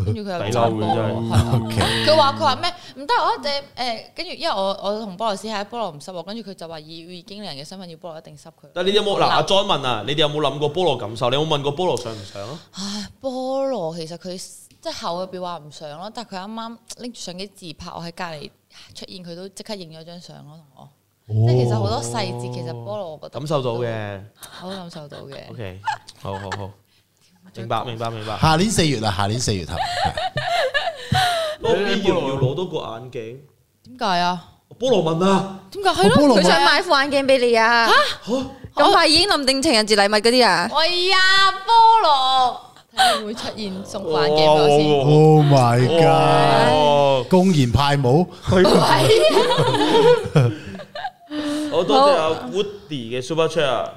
S6: 跟住佢又
S1: 抵嬲
S6: 讚
S1: 嘅
S6: 菠
S1: 真
S6: 蘿
S1: 係
S6: 係啊
S2: OK。
S6: 佢話佢話咩？唔得，我一定誒，跟住因為我我同菠蘿師喺菠蘿唔濕我，跟住佢就話以以經理人嘅身份要菠蘿一定濕佢。
S1: 但係你哋有冇嗱？阿 John 問啊，你哋有冇諗過菠蘿感受？你有冇問過菠蘿上唔上啊？
S6: 唉，菠蘿其實佢即係口入邊話唔上咯，但係佢啱啱拎住相機自拍，我喺隔離出現，佢都即刻影咗張相咯，同我。即係其實
S2: 哦
S6: 好多細節，其實菠蘿我覺得
S1: 感受到，嘅。
S6: 我都感受到嘅。
S1: OK，好好好，明白明白明白。
S2: 下年四月啦，下年四月頭。
S1: 我必要唔要攞到個眼鏡？
S6: 點解啊？
S1: 我菠蘿文啊，
S4: 點解係咯？
S2: 我菠蘿
S4: 佢
S7: 佢
S4: 就
S7: 想買副眼鏡俾你啊！
S1: 嚇
S7: 咁快已經諗定情人節禮物嗰啲啊！
S6: 哦
S4: 喂呀，菠蘿，睇下會唔會出現送飯嘅我
S6: 哦
S4: 先。
S1: 哇
S2: Oh my
S1: Oh 哇
S2: god！公然派舞，
S1: 我多謝阿 Woody 嘅 Super Chat 啊！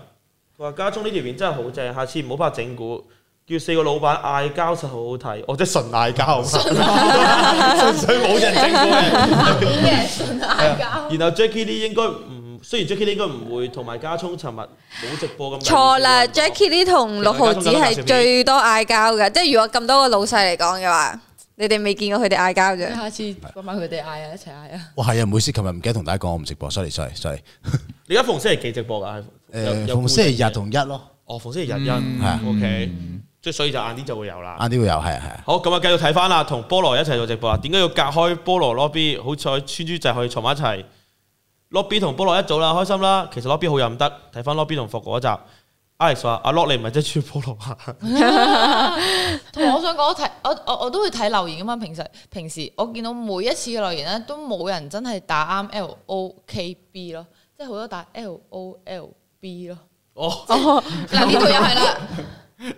S1: 佢話家中呢條片真係好正，下次唔好拍整蠱，叫四個老闆嗌交實好好睇。我即係純嗌交， <laughs> 純粹冇人整蠱嘅。 <laughs> 然後 Jackie 呢應該唔，雖然 Jackie 呢應該唔會，同埋家聰尋日冇直播咁。
S7: 錯啦，Jackie 呢同六毫子係最多嗌交嘅，即係如果咁多個老細嚟講嘅話，你哋未見過佢哋嗌交
S4: 你
S7: 啫。
S4: 下次揾埋佢哋嗌啊，一齊嗌啊！
S2: 哇係啊！唔好意思，琴日唔記得同大家講，我唔直播，sorry sorry sorry。
S1: 你而家逢星期幾直播㗎？有
S2: 誒，
S1: 有
S2: 逢星期日同一咯，
S1: 哦，逢星期日一
S2: 啊
S1: ，OK，即係嗯所以就晏啲就會有啦。
S2: 晏啲會有，係啊係啊。
S1: 好，咁啊，繼續睇翻啦，同菠蘿一齊做直播啊。點解要隔開菠蘿 lobby？好彩川珠仔可以坐埋一齊。lobby 同菠蘿一組啦，開心啦。其實 lobby 好飲得，睇翻 lobby 同霍嗰集。Alex 話：阿 Lock 你唔係真係穿菠蘿啊？
S4: 同埋我想講，我睇我我我都會睇留言噶嘛。平時平時我見到每一次嘅留言咧，都冇人真係打啱 L O K B 咯，即係好多打 L O L B 咯。
S1: 哦，
S4: 嗱呢度又係啦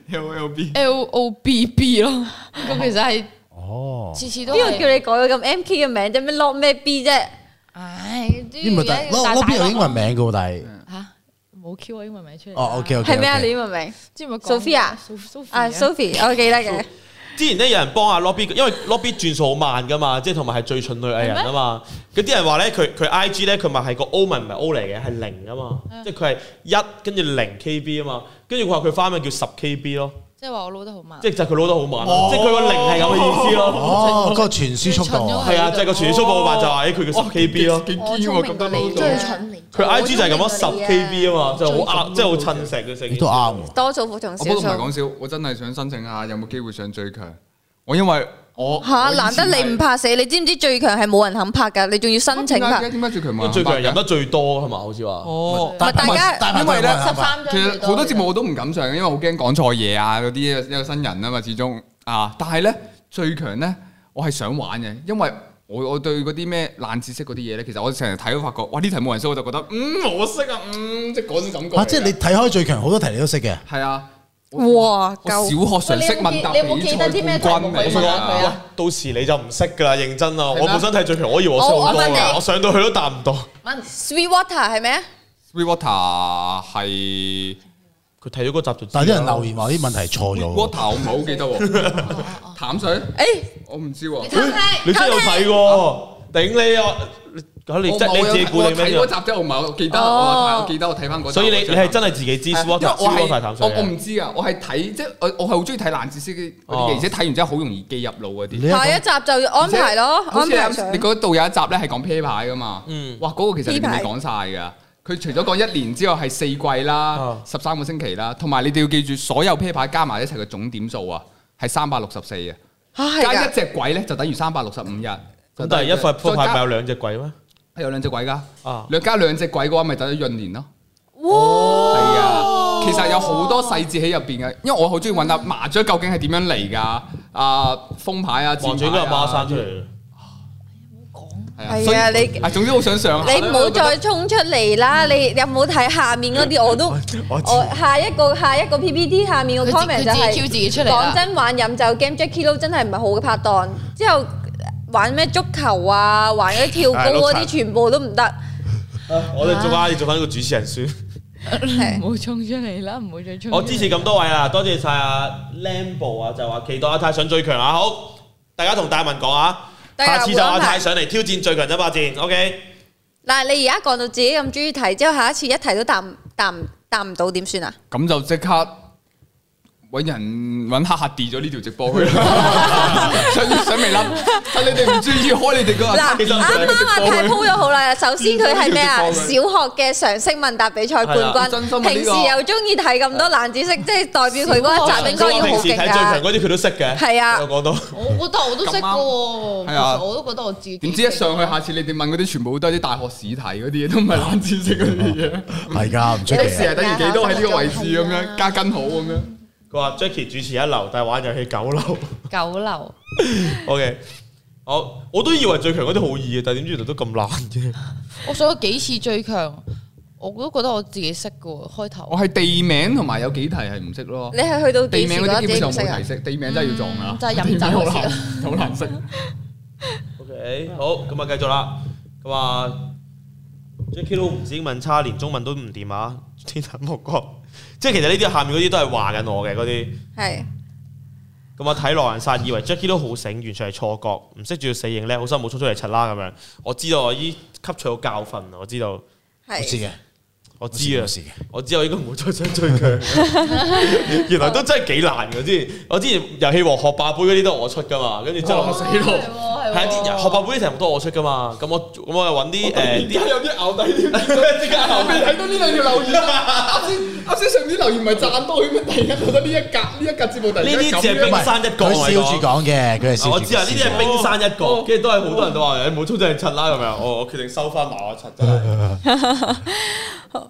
S3: L L B
S4: ，L O B B 咯。咁其實係
S2: 哦，
S4: 次次都
S7: 邊個叫
S4: 係，
S7: 你改咗咁 MK 嘅名啫？咩 lock 咩 B 啫？
S4: 唉，
S2: 呢咪但
S6: 啊
S2: 攞攞邊有英文名嘅喎，但係
S4: 嚇，冇 Q 啊英文名出嚟。
S2: 哦 OK OK
S7: 係咩啊？你明唔明？
S4: 知唔知
S7: Sophia？啊
S4: ？Sophia，Sophia，
S7: ，Sophie，我記得嘅。
S1: 之前咧有人幫阿 lobby，因為 lobby 轉數好慢噶嘛，即係同埋係最蠢女藝人啊嘛。嗰啲人話咧，佢佢 IG 咧，佢咪係個 O 咪唔係 O 嚟嘅，係零啊嘛，即係佢係一跟住零 KB 啊嘛，跟住佢話佢花名叫十 KB 咯，
S4: 即係話我撈得好慢。
S1: 即係就係佢撈得好慢，啊即係佢個零係咁嘅意思咯。
S2: 哦，嗰個傳輸速度啊，
S1: 係啊，即係個傳輸報辦就話誒哎
S3: 어,
S1: 佢叫十 KB 咯，
S3: 幾堅
S6: 我
S3: 喎，
S6: 聰
S3: 咁多
S6: 明過
S3: 撈
S6: 你，
S3: 到
S6: 最蠢你。
S1: 佢 I G 就係咁咯，十
S6: 我聰明過你
S1: KB 啊嘛，就好啊啱，即係好襯食嘅
S2: 你
S1: 成。
S2: 都啱喎。
S7: 多數服從
S3: 我不
S7: 少
S3: 過唔係
S7: 數
S3: 講。笑，我真係想申請下，有冇機會上最強？我因為我
S7: 吓，難得你唔
S3: 拍
S7: 怕死，你知唔知最強係冇人肯拍㗎？你仲要
S3: 어,
S7: 申請拍
S3: 點解？點解最強
S1: 因為
S3: 冇
S1: 啊最強
S3: 人
S1: 人
S3: 拍嘅
S1: 得最多係嘛？好似話。
S3: 哦，
S7: 咪大家
S2: 大排
S3: 因為
S2: 檔
S3: 咧
S2: 大排檔
S4: 三張
S3: 其
S4: 最
S3: 實
S4: 多
S3: 好多節目我都唔敢上，因為好驚講錯嘢啊嗰啲，因為新人啊嘛，始終啊。但係咧最強咧，我係想玩嘅，因為我我對嗰啲咩爛知識嗰啲嘢咧，其實我成日睇都發覺，哇呢題冇人識，我就覺得嗯我識啊，嗯即係嗰種感覺嚟㗎。
S2: 啊，即係你睇開最強好多題你都識嘅。
S3: 係啊，
S7: 哇，
S3: 我
S7: 夠！
S3: 小學常識問答比
S4: 喂你有冇記你有冇記得啲
S3: 賽
S4: 咩
S3: 冠
S4: 題
S3: 軍
S4: 目可以問下佢
S3: 嚟
S4: 啊
S1: 到時你就唔識㗎啦，認真啊！
S3: 咩
S1: 我本身睇最強，我以為我識好多
S7: 我我問
S1: 㗎，
S7: 你
S1: 我上到去都答唔到。
S4: 問
S7: Sweet Water 係咩啊？
S3: Sweetwater 係
S1: 佢睇咗嗰集就知啦。
S2: 但係啲人留言話啲問題錯咗喎。
S3: water 我唔係好記得喎，
S4: <laughs>
S3: 淡水
S7: 誒，
S3: 我唔知喎。
S1: 你真係有睇喎？頂你啊！你你
S3: 我
S1: 真
S3: 冇
S1: 你自己估
S3: 我
S1: 你
S3: 睇
S1: 咩
S3: 嗰
S1: 啫？
S3: 集啫，我唔係我記得，
S7: 哦
S3: 我我記得我睇翻嗰集。
S1: 所以你
S3: 我
S1: 你
S3: 最
S1: 係真係自己知
S3: 啊因為
S1: Sweet Water
S3: 我
S1: Sweet Water 淡水
S3: 係我我
S1: 嘅
S3: 唔知啊，我係睇即係我我係好中意睇冷知識嗰啲
S1: 哦
S3: 嘅，而且睇完之後好容易記入腦嗰
S2: 你
S3: 啲。
S2: 一
S7: 下一集就安排咯，
S3: 好
S7: 安
S3: 似有
S7: 排上
S3: 你。嗰度有一集咧係講啤牌噶嘛
S1: 嗯，
S3: 哇嗰個其實你
S7: 啤
S3: 未
S7: 牌
S3: 講晒㗎。佢除咗講一年之後係四季啦
S1: 哦，
S3: 十三個星期啦，同埋你哋要記住所有啤牌加埋一齊嘅總點數啊，係三百六十四啊，
S7: 嚇係
S3: 加
S7: 㗎
S3: 一。隻鬼咧就等於三百六十五日。
S1: 咁但係一塊鋪
S3: 再
S1: 牌
S3: 加
S1: 咪有兩隻鬼咩？
S3: 係有兩隻鬼㗎，
S1: 啊
S3: 兩加兩隻鬼嘅話咪等於閏年咯。
S7: 哇！
S3: 係啊，其實有好多細節喺入邊嘅，因為我好中意揾下麻雀究竟係點樣嚟㗎，啊封牌啊，
S1: 望
S3: 戰
S1: 住應該係
S3: 牌啊
S1: 孖生出嚟嘅。
S3: 係啊，所
S7: 係啊，
S3: 以
S7: 你
S3: 啊總之好想上下啦
S7: 你唔好再衝出嚟啦！你有冇睇下面嗰啲？我都我下一個下一個 PPT 下面
S4: 佢
S7: 個
S4: 自佢
S7: comment 就
S4: 自己
S7: 係
S4: Q 自己出嚟啦
S7: 講。真玩飲酒 game Jackie Lou 真係唔係好嘅拍檔。之後呃玩咩足球啊，玩嗰啲跳高嗰啲全部都
S4: <laughs>
S7: 唔得。
S1: 我哋做啊，你做翻個主持人先。
S4: <laughs>
S3: 嗯
S4: 唔好衝出嚟啦，唔好再衝。
S1: 我支持咁多位啦，多謝晒阿 Lambo 啊，就話期待阿泰上最強啊！好，大家同大文講啊，
S7: 大家
S1: 下次就阿
S7: 會安排
S1: 泰上嚟挑戰最強爭霸戰，OK？
S7: 嗱，你而家講到自己咁中意睇，之後下一次一睇都答唔答唔答唔到點算啊？
S3: 咁就即刻揾人揾黑客 d 咗呢條直播
S7: <laughs>
S3: 去啦，上上微粒，趁你哋唔注意開你哋個
S7: 嗱，啱啱阿泰鋪咗好耐啦。首先佢係咩啊？小學嘅常識問答比賽冠
S3: 係啊真心啊呢個
S7: 軍，平時又中意睇咁多冷知識，即係代表佢嗰一集應該
S1: 佢話
S7: 要
S1: 平
S7: 好
S1: 時睇最強
S7: 勁㗎。
S1: 嗰啲佢都識嘅，
S7: 係啊
S1: 有講到
S4: 我覺得我都識嘅喎，其
S3: 係啊
S4: 實我都覺得我自己。
S3: 點知一上去，下次你哋問嗰啲全部都係啲大學試題嗰啲嘢，都唔係冷知識嗰
S7: <laughs>
S3: 啲嘢。
S2: 係㗎，唔出
S3: 即
S2: 奇
S3: 時
S2: 啊。
S3: 係等於幾多喺呢個位置
S7: 啊
S3: 咁樣加根好咁樣。
S1: 佢話 Jackie 主持一流，但係玩遊戲九流。
S4: 九樓
S1: <laughs> OK，我我都以為最強嗰啲好易嘅，但係點知原來都咁難嘅。
S4: 我上咗幾次最強，我都覺得我自己識嘅喎，開頭
S3: 我係地名同埋有幾題係唔識咯。
S7: 你係去到
S3: 地
S7: 幾時
S3: 名嗰
S7: 覺
S3: 啲
S7: 得
S3: 基
S7: 自
S3: 本
S7: 己
S3: 上
S7: 唔識
S3: 冇
S7: 啊
S3: 題？識，地名真係要撞啦。
S4: 嗯就
S3: <laughs>
S4: 係飲酒嗰時
S3: 地名好難，好難識。
S1: OK，好，咁啊繼續啦。佢話 Jackie Lou 唔止英文差，連中文都唔掂啊！天壇目國，即係其實呢啲下面嗰啲都係話緊我嘅嗰啲。
S7: 係
S1: 咁啊睇狼人殺，以為 Jackie 都好醒，完全係錯覺，唔識仲要死認咧，好心冇衝出嚟柒啦咁樣。我知道我依吸取到教訓，我知道，
S2: 冇事
S7: 係。
S2: 嘅，
S1: 我知啊
S2: 冇，事嘅。
S1: 我知我應該唔會再想追佢。 <laughs> 原來都真係幾難嘅，之前我之前遊戲王學霸杯嗰啲都係我出噶嘛，跟住之後
S3: 哦
S1: 係
S3: 死咯
S4: 係
S1: 啊，啲學霸杯啲題目都係我出噶嘛，咁我咁我又揾啲誒啲
S3: 家有啲咬底
S1: <laughs>
S3: 添？
S1: 即刻
S3: 我
S1: 後
S3: 未
S1: 面
S3: 睇到呢兩條留言啊！啱先啱先上面啲留言唔係讚多佢咩？突然間覺得呢一格呢一格節目突然間
S1: 呢啲
S3: 咁
S1: 只係
S3: 樣
S1: 冰山一角
S2: 佢
S1: 我
S2: 笑住講嘅，佢係笑住。
S1: 我知啊，呢啲係冰山一角，
S3: 哦
S1: 跟住都係好多人都話誒冇衝出嚟柒啦咁樣，哦我我決定收翻埋我柒真係。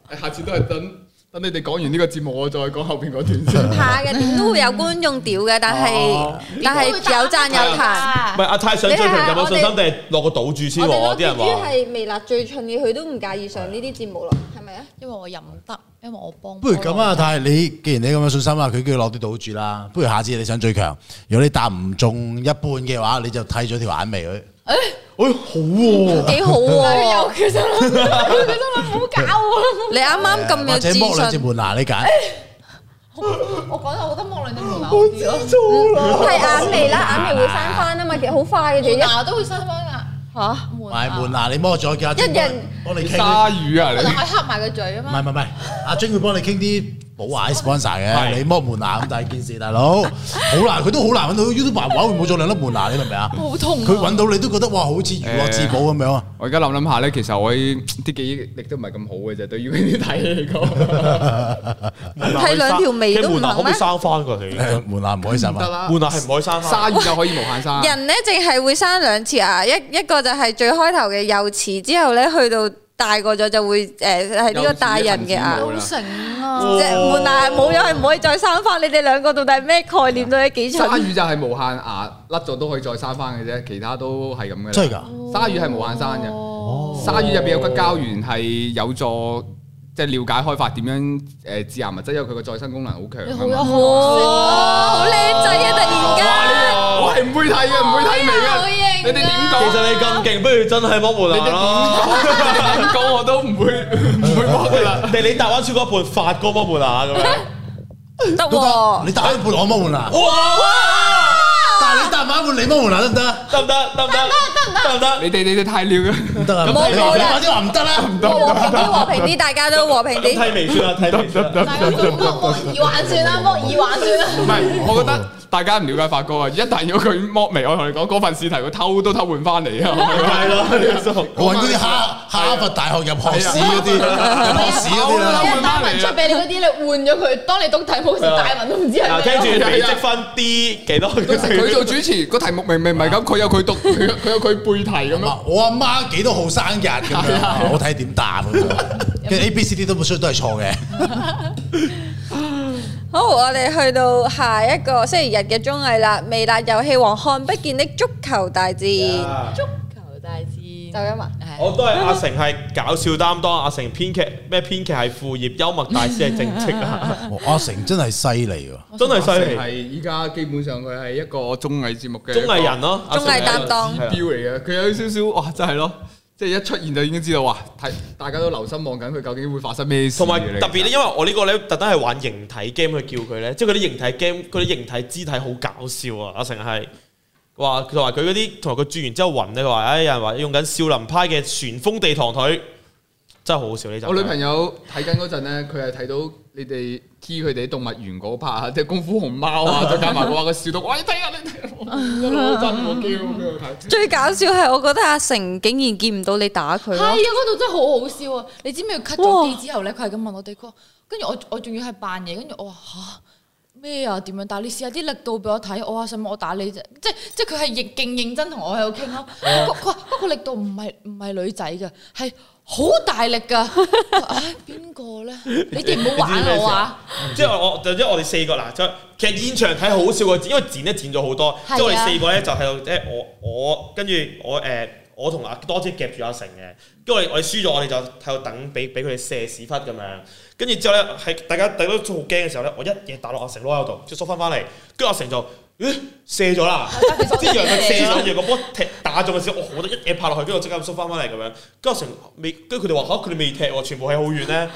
S3: 哎下次都係等等你哋講完呢個節目，我再講後邊嗰段
S7: <laughs>
S3: 先。
S7: 怕嘅，點都會有觀眾屌嘅，但係但係有讚有彈。
S6: 啊
S1: 唔係阿泰想追平有冇信心，定係落個賭注先喎？啲人話
S7: 係微辣最蠢嘅，佢都唔介意上呢啲節目咯，係咪啊？
S4: 因為我飲得，因為我幫。
S2: 不如咁啊，，但係你既然你咁有信心啦，佢叫你落啲賭注啦。不如下次你想最強，如果你答唔中一半嘅話，你就剃咗條眼眉佢。
S7: 哎
S2: 誒，好喎，
S7: 幾好喎！
S4: 其實我覺得我唔好搞啊！
S7: 你啱啱咁
S2: 或者
S7: 有
S2: 剝
S7: 自
S2: 兩隻
S7: 信，哎
S2: 門牙你揀。
S4: 我講得我覺得望兩隻門口字咯，
S7: 係眼眉啦，眼眉會生翻啊嘛，其實好快嘅
S4: 門
S7: 啫。
S4: 牙都會生翻牙
S7: 嚇！
S4: 門
S2: 埋
S4: 牙
S2: 門牙你剝咗嘅，阿晶
S7: 一人
S2: 幫你傾。
S3: 鯊魚啊
S4: 我
S3: 你！
S4: 黑埋個嘴啊
S2: 唔
S4: 嘛。
S2: 係唔係唔係，阿晶會幫你傾啲保牙 sponsor 嘅。你剝門牙咁大件事，大佬好難，佢都好難揾到 YouTube 漫畫會冇咗兩粒門牙，你明唔明啊？
S7: 哦
S4: 好痛啊
S2: 佢揾到你都覺得哇，好似娛樂至寶咁樣啊！
S3: 我而家諗諗下咧，其實我啲啲記憶力都唔係咁好嘅啫，對於嗰啲睇
S1: <laughs>
S3: 嚟 <laughs> 講，
S7: 剃兩條眉都唔肯咩
S1: 門牙可唔可以生翻㗎？你
S2: 誒門牙唔可以生
S3: 唔
S2: 啊
S3: 得！啦。
S1: 門牙係唔可以生翻。
S3: 鯊魚就可以無限
S7: <laughs>
S3: 生。
S7: 人咧淨係會生兩次牙，一一個就係最開頭嘅幼齒，之後咧去到大個咗就會誒係呢個大人嘅牙
S3: 幼齒嘅分子。
S4: 好醒啊！
S7: 即係門牙係冇咗係唔可以再生翻。你哋兩個到底係咩概念？到底幾
S3: 鯊
S7: 蠢？
S3: 魚就係無限牙甩咗都可以再生翻嘅啫，其他都係咁嘅啦。
S2: 真係㗎，
S3: 鯊魚係無限生嘅，鯊魚入邊有骨膠原係有助即係了解開發點樣誒致癌物質，因為佢個再生功能好強
S4: 你
S3: 啊
S4: 好有
S3: 嘛。
S4: 學識
S7: 哇！好靚仔啊！突然間，
S3: 我係唔會睇嘅，唔會睇嚟嘅。你哋點
S1: 其
S3: 講？
S1: 實你咁勁，不如真係剝門
S3: 你哋
S1: 牙啦。
S3: 點講？你哋點講 <laughs> 我都唔會唔會摸噶啦。
S1: 定你答啱超過一半，發哥剝門牙咁樣。
S7: 得
S2: 都得。
S7: 喎！
S2: 你打一半我剝門牙，
S1: 哇！
S2: 但係你打埋一半你剝門牙得唔得啊？
S1: 得唔得？得唔得？得唔得？
S3: 你哋你哋太了嘅，
S2: 唔得啊！
S7: 冇
S2: 你
S7: 冇啦
S2: 快啲話唔得啦，唔
S7: 和平啲，和平啲，大家都和平
S1: 咁
S7: 啲。
S1: 睇眉算啦，睇眉算啦。
S4: 大家都覺得剝耳環算啦，剝耳環算
S3: 唔
S4: 啦。
S3: 係我覺得大家唔了解發哥啊！一旦如果佢剝眉，我同你講嗰份試題佢偷都偷換翻嚟啊！
S1: 係咯，
S2: 我揾嗰啲哈哈佛大學入學史嗰啲，入學史嗰啲啊啦。
S4: 因為大文出俾你嗰啲，你換咗佢。當你讀題目時，大文都唔知係咩。
S1: 嗱，聽住微積分 D 幾多？
S3: 佢
S1: <laughs>
S3: 做主持個題目明明唔係咁，佢有佢讀，佢有佢有佢背題咁樣。
S2: 我阿媽幾多號生日咁樣，我睇點答 <laughs> 咁樣。跟住 A、B、C、D 都冇出都係錯嘅。
S7: 好，我哋去到下一個星期日嘅綜藝啦，微辣遊戲王看不見的足球大戰，就咁
S4: 足球大戰，
S7: 啊！
S1: 我都係阿成係搞笑擔當，阿成編劇咩編劇係副業，幽默大師係正職
S2: <laughs>
S1: 啊！
S2: 阿成真係犀利喎，
S1: 真係犀
S3: 係
S1: 利，
S3: 依家基本上佢係一個綜藝節目嘅
S1: 綜藝人
S3: 咯，
S1: 咯，阿成
S7: 綜藝擔當
S1: 係啊
S3: 標嚟嘅。佢有少少哇，真係咯，即係一出現就已經知道哇，睇大家都留心望緊佢究竟會發生咩事。
S1: 同埋特別咧，因為我呢個咧特登係玩形體 game 去叫佢咧，即係佢啲形體 game，佢啲形體肢體好搞笑啊！阿成係話佢話佢嗰啲同埋佢轉完之後暈咧，佢話唉有人話用緊少林派嘅旋風地堂腿，真係好好笑呢集。
S3: 我女朋友睇緊嗰陣咧，佢係睇到你哋 key 佢哋動物園嗰 part 啊，即係功夫熊貓啊，再加埋佢話佢笑到，哇！你睇下你睇下，我真我叫佢睇。
S7: 最搞笑係，我覺得阿成竟然見唔到你打佢
S4: 係啊，
S7: 咯。
S4: 嗰度真係好好笑啊！你知唔知佢 cut 咗機之後咧，佢係咁問我哋，佢話跟住我我仲要係扮嘢，跟住我話吓咩啊？點樣打？你試下啲力度俾我睇，我話想唔想我打你啫？即即
S1: 哦
S4: 佢係認勁認真同我喺度傾咯。佢佢話不過力度唔係唔係女仔嘅，係好大力
S1: <laughs>
S4: 噶，唉，邊個咧？你哋唔好
S1: 你知咩
S4: 玩
S1: 事
S4: 我啊！
S1: 即係我就即係我哋四個嗱，就其實現場睇好笑嘅，因為剪咧剪咗好多，
S4: 係啊
S1: 即係我哋四個咧就喺度，即係我我跟住我誒我同阿多姐夾住阿成嘅，跟住我哋我哋輸咗，我哋就喺度等俾俾佢哋射屎忽咁樣，跟住之後咧係大家大家都好驚嘅時候咧，我一嘢打落阿成攞喺度，即係縮翻翻嚟，跟住阿成就。咦，射咗啦！即係以為啊佢射咗，以為個波踢打中嘅時候，我好得一嘢拍落去，跟住我即刻縮翻翻嚟咁樣。跟住阿成未，跟住佢哋話嚇，佢哋未踢喎，全部喺好遠咧。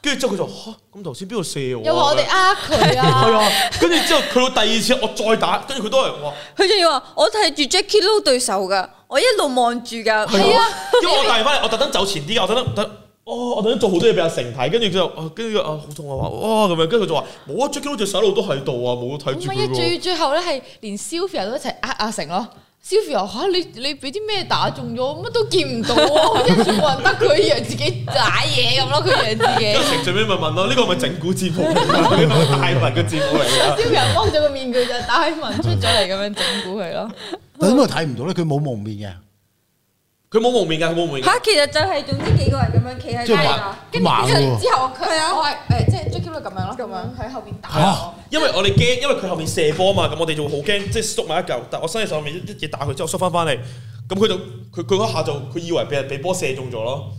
S1: 跟住之後佢就嚇，咁頭先邊度射我啊？
S4: 又話我哋呃 <laughs> 佢啊！
S1: 係啊，跟住之後佢到第二次我再打，跟住佢都係話，
S7: 佢仲要話我睇住 Jackie Lou 對手噶，我一路望住噶，
S1: 係啊，因為我帶翻嚟，我特登走前啲嘅，我特登特哦，我特登做好多嘢俾阿成睇，跟住佢就啊跟住啊好痛啊話哇咁樣，跟住佢就話冇啊，Jackie Lou 隻手路都喺度啊，冇睇
S4: 唔係
S1: 住佢
S4: 啊，
S1: 喎
S4: 最最後咧係連 Sylvia 都一齊呃阿成咯。Sylvia 嚇你你俾啲咩打中咗，乜都見唔到 <laughs> 喎，好似全部人得佢以為自己打嘢咁咯，佢以為自己 <laughs>
S1: 跟。住成最尾咪問咯，呢個係咪整蠱節目嚟㗎？呢個係大文嘅節目嚟㗎。
S4: Sylvia 幫咗個面具就打起文出咗嚟咁樣整蠱佢 <laughs> 咯。
S2: 但點解睇唔到咧？佢冇蒙面
S1: 佢冇蒙面㗎，佢冇蒙面㗎。
S7: 嚇，其實就係總之幾個人咁樣企
S2: 嘅，
S7: 喺街
S2: 即係
S7: 啦
S2: 盲。盲喎。
S4: 之後佢
S7: 係啊
S4: 我係誒即係 Jackie 都咁樣咯，咁樣喺後邊打
S2: 嚇
S4: 我。
S1: 因為我哋驚，因為佢後面射波嘛，咁我哋就會好驚，即係縮埋一嚿。但我伸隻手面一一嘢打佢之後縮翻翻嚟，咁佢就佢佢嗰下就佢以為俾人俾波射中咗咯。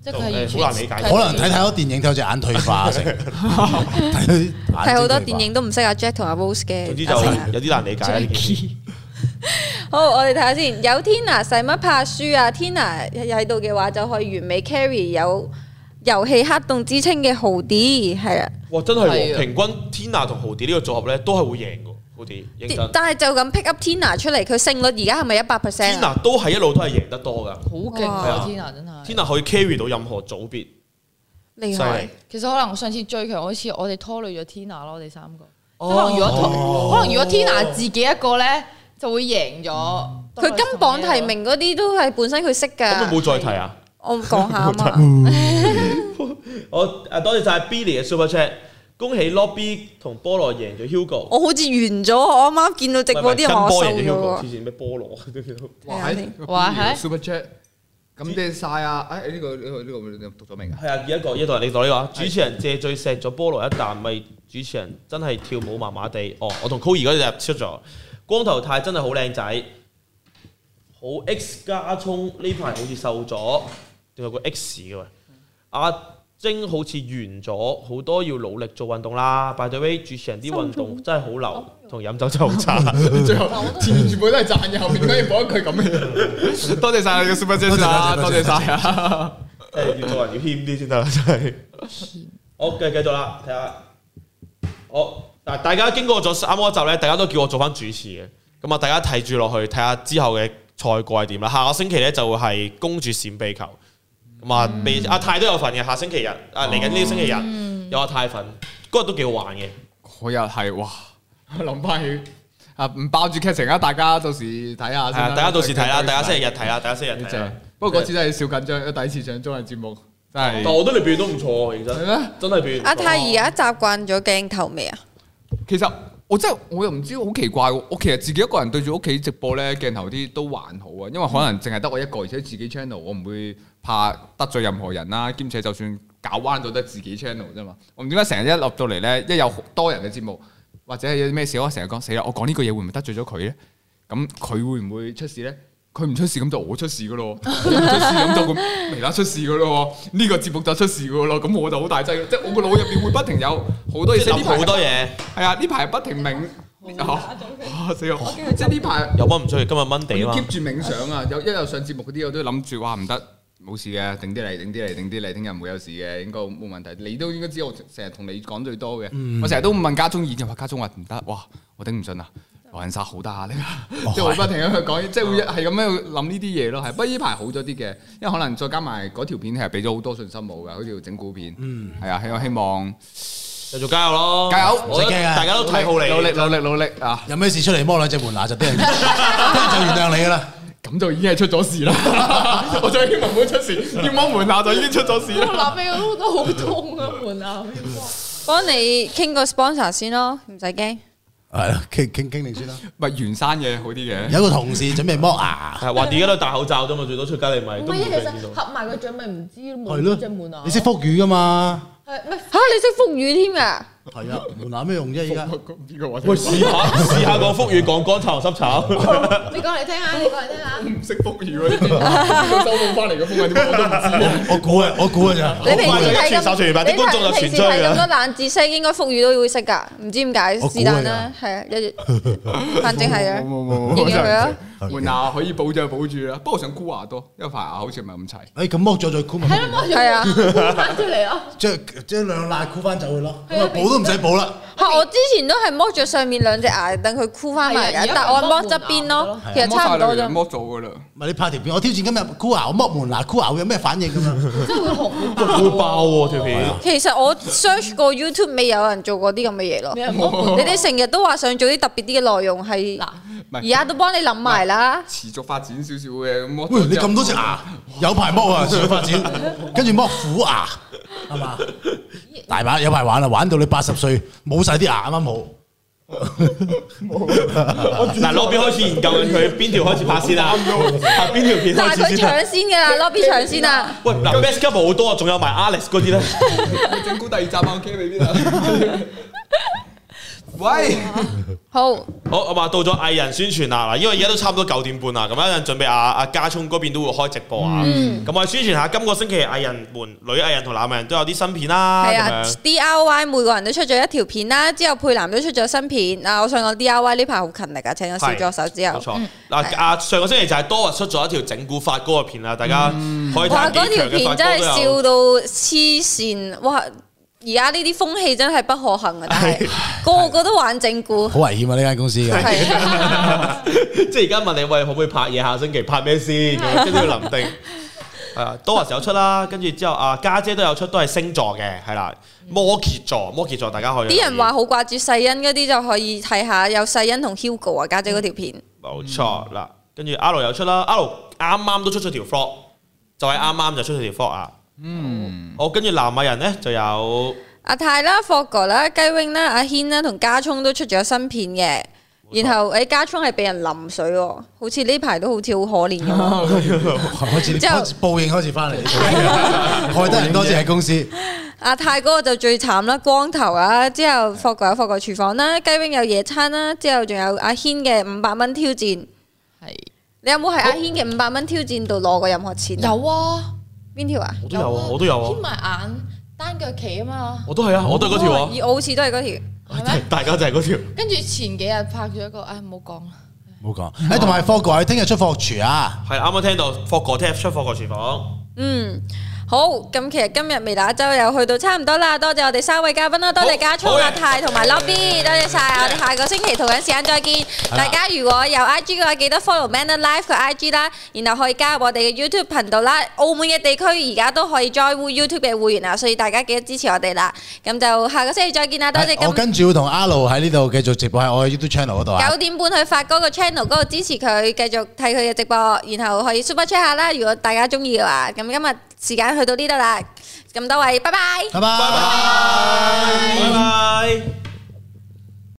S4: 即係佢係完全
S1: 好難理解
S4: 佢係
S2: <laughs> 可能睇太多電影睇到隻眼退 <laughs> 化成，睇
S7: 睇好多電影都唔識阿 Jack 同阿 Rose 嘅。
S1: 總之就
S7: 阿成啊
S1: 有啲難理解啦呢件事。
S7: 好，我哋睇下先。有 Tina 使乜怕輸啊？Tina 喺度嘅話就可以完美 carry 有遊戲黑洞之稱嘅豪啲，係啊。
S1: 哇！真係
S4: 係
S1: 喎，
S4: 啊
S1: 平均 Tina 同豪迪呢個組合咧，都係會贏嘅。豪迪認真
S7: 但係就咁 pick up Tina 出嚟，佢勝率而家係咪一百 percent 啊？
S1: ，Tina 都係一路都係贏得多噶。
S4: 好勁
S1: 哇
S4: 啊！Tina 真係。
S1: Tina 可以 carry 到任何組別，
S7: 厲
S1: 犀
S7: 害
S1: 利！。
S4: 其實可能我上次最強好似我哋拖累咗 Tina 咯，我哋三個。
S1: 哦
S4: 可能如果拖，可能如果 Tina 自己一個咧，就會贏咗。
S7: 佢金榜題名嗰啲都係本身佢識
S1: 咁你
S7: 㗎。
S1: 冇再提啊？
S7: 我講下啊嘛。
S1: 我啊誒多謝晒 Billy 嘅 Super Chat，恭喜 Lobby 同菠蘿贏咗 Hugo。
S7: 我好似完咗，我啱啱見到直播啲人話我
S1: 波
S7: 瘦
S1: 贏咗
S7: 咗
S1: Hugo，
S7: 喎
S1: 黐。線咩菠 <laughs> 蘿？
S4: 哇
S3: 哇！喺
S7: 係啊
S4: 係
S3: Super Chat，咁謝晒啊！誒呢個呢個呢個你讀咗未啊？
S1: 係啊，而一個呢度係你度呢個啊，主持人借醉錫咗菠蘿一啖，咪主持人真係跳舞麻麻地。哦，我同 Koey 嗰日出咗，光頭泰真係好靚仔，好 X 加葱呢排好似瘦咗，仲有個 X 嘅喎。阿晶好似完咗，好多要努力做運動啦。By the way，主持人啲運動真係好流，同飲酒就好差。
S3: 最後前面全部都係讚嘅，後面點解要講一句咁嘅？多謝晒你嘅 Super Chat 啊！
S2: 多
S3: 多
S2: 謝多謝
S3: 謝晒啊！
S1: 即係要做人要謙啲先得啦，真係。 <laughs> 好，繼繼續啦，睇下。好嗱，大家經過咗啱嗰集咧，大家都叫我做翻主持嘅。咁啊，大家睇住落去，睇下之後嘅賽果係點啦。下個星期咧就會係公主閃避球。咁啊，未阿泰都有份嘅，下星期日啊嚟緊呢個星期日有阿泰份，嗰日都幾好玩嘅。
S3: 嗰日係哇，我諗翻起啊，唔爆住劇情啊，大家到時睇下
S1: 係
S3: 先啦
S1: 啊，大家到時睇啦，大家星期日睇啦，大家星期日
S3: 好
S1: 睇啦
S3: 正。。不過嗰次真係少緊張，因為第一次上綜藝節目真係
S1: 但我覺得你表現都唔錯喎，認
S3: 係
S1: 真
S3: 咩？
S1: 真係表現唔錯。
S7: 阿泰而家習慣咗鏡頭未啊？
S3: 其實我真係我又唔知好奇怪喎，我其實自己一個人對住屋企直播咧鏡頭啲都還好啊，因為可能淨係得我一個，而且自己 channel 我唔會怕得罪任何人啦，兼且就算搞彎咗得自己 channel 啫嘛。我唔知點解成日一落到嚟咧，一有多人嘅節目或者係有啲咩事，我成日講死啦，我講呢個嘢會唔會得罪咗佢咧？咁佢會唔會出事咧？佢唔出事咁就我出事噶
S1: <laughs>
S3: 咯，我唔出事咁就咁微啦出事噶咯，呢、個節目就出事噶咯，咁我就好大劑，即係我個腦入邊會不停有好多嘢，
S1: 即係諗好多嘢，
S3: 係啊，呢排不停冥，啊死我！即係呢排
S1: 有乜唔出去？今日 Monday
S3: 要
S1: 啊嘛
S3: keep。住冥想啊，有一有上節目嗰啲我都諗住，哇唔得，冇事嘅，頂啲嚟，頂啲嚟，頂啲嚟，聽日唔會有事嘅，應該冇問題。你都應該知我成日同你講最多
S1: 嗯
S3: 嘅，我成日都問家中意見，話家中話唔得，哇我頂唔順啊！狼人殺好大壓力
S1: <laughs>
S3: 啊！
S1: 哦
S3: <laughs> 即係會不停咁去講，即係會一係咁樣去諗呢啲嘢咯。係，不過呢排好咗啲嘅，因為可能再加埋嗰條片係俾咗好多信心我㗎，好似整蠱片，
S1: 嗯
S3: 係啊，希望希望
S1: 繼續加油咯！
S3: 加油
S1: 我覺
S2: 唔使
S1: 得
S2: 驚啊
S1: 大家都睇好你，
S3: 努力努力努力啊！
S2: 有咩事出嚟摸兩隻門牙就
S7: <laughs>
S2: 啲人，啲人就原諒你噶啦。
S3: 咁就已經係出咗事啦！ <laughs> 我就希望唔好出事，要摸門牙就已經出咗事
S4: 我
S3: 啦。
S4: 諗起我都好痛啊，門啊！
S7: 幫你傾個 sponsor 先咯，唔使驚。
S2: 係啦，傾傾傾定先啦。
S3: 咪原生嘢好啲嘅。
S2: 有個同事準備剝牙，
S1: 係話而家都戴口罩啫嘛，最多出街你咪
S4: 唔
S1: 都
S4: 係
S1: 冇
S4: 啊，
S1: 人
S4: 其
S1: 見
S4: 實
S1: 到。
S4: 合埋個嘴咪唔知
S2: 係
S4: 滿隻滿
S2: 咯
S4: 啊，，
S2: 你識福語噶嘛？
S4: 係咩？
S7: 吓你識福語添噶？
S2: 係啊，門牙咩用啫？依家
S3: 唔知個話題
S1: 喂，試
S4: <laughs>
S1: 下試下講福語，講乾炒濕炒。
S4: 你講嚟聽下，你講嚟聽下。
S3: 唔識福語啊！個收到翻嚟嘅風係點我都唔知啊！
S2: <laughs> 我估啊，我估啊咋？
S7: 你平時
S1: 好快
S7: 睇
S1: 就一傳手傳
S7: 咁，
S1: 完
S7: 你
S1: 啲觀眾就
S7: 平
S1: 傳
S7: 平時
S1: 出去
S7: 睇
S1: 啦
S7: 咁多冷知識，應該福語都會識㗎，唔知點解
S2: 我
S7: 是但啦，係啊，有隻反正係啊
S1: <laughs>
S3: 冇，
S7: <laughs>
S3: 冇冇
S7: 認
S3: 冇，
S7: 佢啊，
S3: 換牙可以保就保住啊啦。不過我想箍牙多，因為排牙好似唔係咁齊。
S2: 誒哎咁剝咗再箍咪
S4: 係咯，我
S7: 係啊。
S4: 翻出嚟咯。
S2: 將將兩辣箍翻走佢咯，
S4: 係
S2: 咁
S4: 啊
S2: 啊補都唔使補啦。
S7: 嚇！我之前都係剝咗上面兩隻牙，等佢箍翻埋
S4: 係啊而
S7: 嘅，
S4: 家
S7: 但我係剝側邊咯，其實
S1: 啊
S7: 差唔多啫。
S3: 剝咗噶啦。
S2: 唔係你拍條片，我挑戰今日箍牙，我剝門牙箍牙會有咩反應咁樣？
S4: 真係會紅
S1: 都會爆喎條片。
S7: 其實我 search 過 YouTube 未有人做過啲咁嘅嘢咯。
S4: 啊
S7: 你哋成日都話想做啲特別啲嘅內容，係
S3: 唔係
S7: 而家都幫你諗埋啦。
S3: 持續發展少少嘅咁剝咗之後。
S2: 喂，你咁多隻牙，有排剝啊，想發展，跟住剝虎牙係嘛？大把有排玩啦，玩到你八十歲冇晒啲牙，啱啱好。
S1: 嗱，lobby 開始研究緊佢邊條開始拍先啦，係邊條片
S7: 但
S1: 開 <laughs> 始
S7: 係佢
S1: 先啦
S7: 搶先㗎
S4: <laughs>
S7: 啦，lobby 搶先啊啦。
S1: 喂，嗱，best couple 好多啊，仲有埋 Alex 嗰啲咧，
S3: 你整蠱第二集啊，K 你邊啊？喂，
S7: 好，
S1: 好啊嘛，到咗藝人宣傳啦，嗱，因為而家都差唔多九點半啦，咁一陣準備阿阿家聰嗰邊都會開直播啊，
S4: 嗯
S1: 咁我哋宣傳下今個星期藝人們女藝人同男藝人都有啲新片啦，
S7: 係
S1: 咁
S7: 啊
S1: 樣
S7: ，DIY 每個人都出咗一條片啦，之後佩蘭都出咗新片啊！我想講 DIY 呢排好勤力啊，請咗小助手之
S1: 冇
S7: 後，
S1: 錯。嗱，阿上個星期就係多日出咗一條整蠱發哥嘅片啦，大家可以睇
S7: 嗯哇！
S1: 下
S7: 嗰
S1: 幾
S7: 條
S1: 強嘅發
S7: 片真係
S1: 哥都
S7: 笑
S1: 有。
S7: 到黐線，哇！而家呢啲風氣真係不可行啊！但係個個都玩整
S1: <laughs>
S7: 蠱，
S2: 好危險啊！呢間公司嘅
S7: 係
S1: <laughs>
S7: 啊
S1: 即係而家問你喂，可唔可以拍嘢？下星期拍咩先？
S7: <laughs>
S1: 咁樣跟住要臨定。係啊，多日有出啦，跟住之後啊，家姐都有出，都係星座嘅，係啦，摩羯座，摩羯座大家可以留意。
S7: 嗯啲人話好掛住世恩嗰啲就可以睇下，有世恩同 Hugo 啊家姐嗰條片，
S1: 冇錯啦，跟住阿 L 又出啦，阿 L 啱啱都出咗條 flog，就係啱啱就出咗條 flog 啊。嗯，哦，跟住南亞人咧就有
S7: 阿泰啦、霍哥啦、雞 wing 啦、阿軒啦同家聰都出咗新片嘅。
S1: 冇錯
S7: 然後誒家聰係俾人淋水喎，好似呢排都好似好可憐咁喎。
S2: 開始
S7: 之後
S2: 開始報應開始
S7: <laughs>
S2: 翻嚟，害得人多謝喺公司。
S7: 阿泰嗰個就最慘啦，光頭啊，之後霍哥有霍哥廚房啦，雞 wing 有野餐啦，之後仲有阿軒嘅五百蚊挑戰。
S4: 係
S7: 你有冇喺阿軒嘅五百蚊挑戰度攞過任何錢啊？
S4: 有啊，
S7: 邊條啊？
S1: 我都有啊，我都有啊
S4: 掀，埋眼單腳企啊嘛，
S1: 我都係啊，我都係嗰條啊
S7: 而我好似都係嗰條。
S4: 係咪？
S1: <laughs> 大家就係嗰條。
S4: 跟住前幾日拍咗一個，唉，唔好講啦。
S2: 冇講。誒，同埋霍哥，你聽日出貨廚啊？
S1: 係啱啱聽到霍哥聽出霍哥廚房，
S7: 嗯，好，咁其實今日微打周又去到差唔多啦，多謝我哋三位嘉賓啦，多謝家聰、
S1: 好嘅
S7: 阿泰同埋 Lobby，多謝晒，我哋下個星期同樣時間再見。
S2: 啦
S7: 大家如果有 IG 嘅話，記得 follow Man Up Life 嘅 IG 啦，然後可以加入我哋嘅 YouTube 頻道啦。澳門嘅地區而家都可以 join YouTube 嘅會員啊，所以大家記得支持我哋啦。咁就下個星期再見啦，多謝
S2: 我
S7: 今
S2: 跟住會同阿 Lu 喺呢度繼續直播喺我嘅 YouTube channel 嗰度啊
S7: 九。點半去發哥個 channel 嗰度支持佢，繼續睇佢嘅直播，然後可以 super chat 下啦。如果大家中意嘅話，咁今日時間去到呢度啦，咁多位，拜拜。
S2: 拜拜。
S1: 拜拜。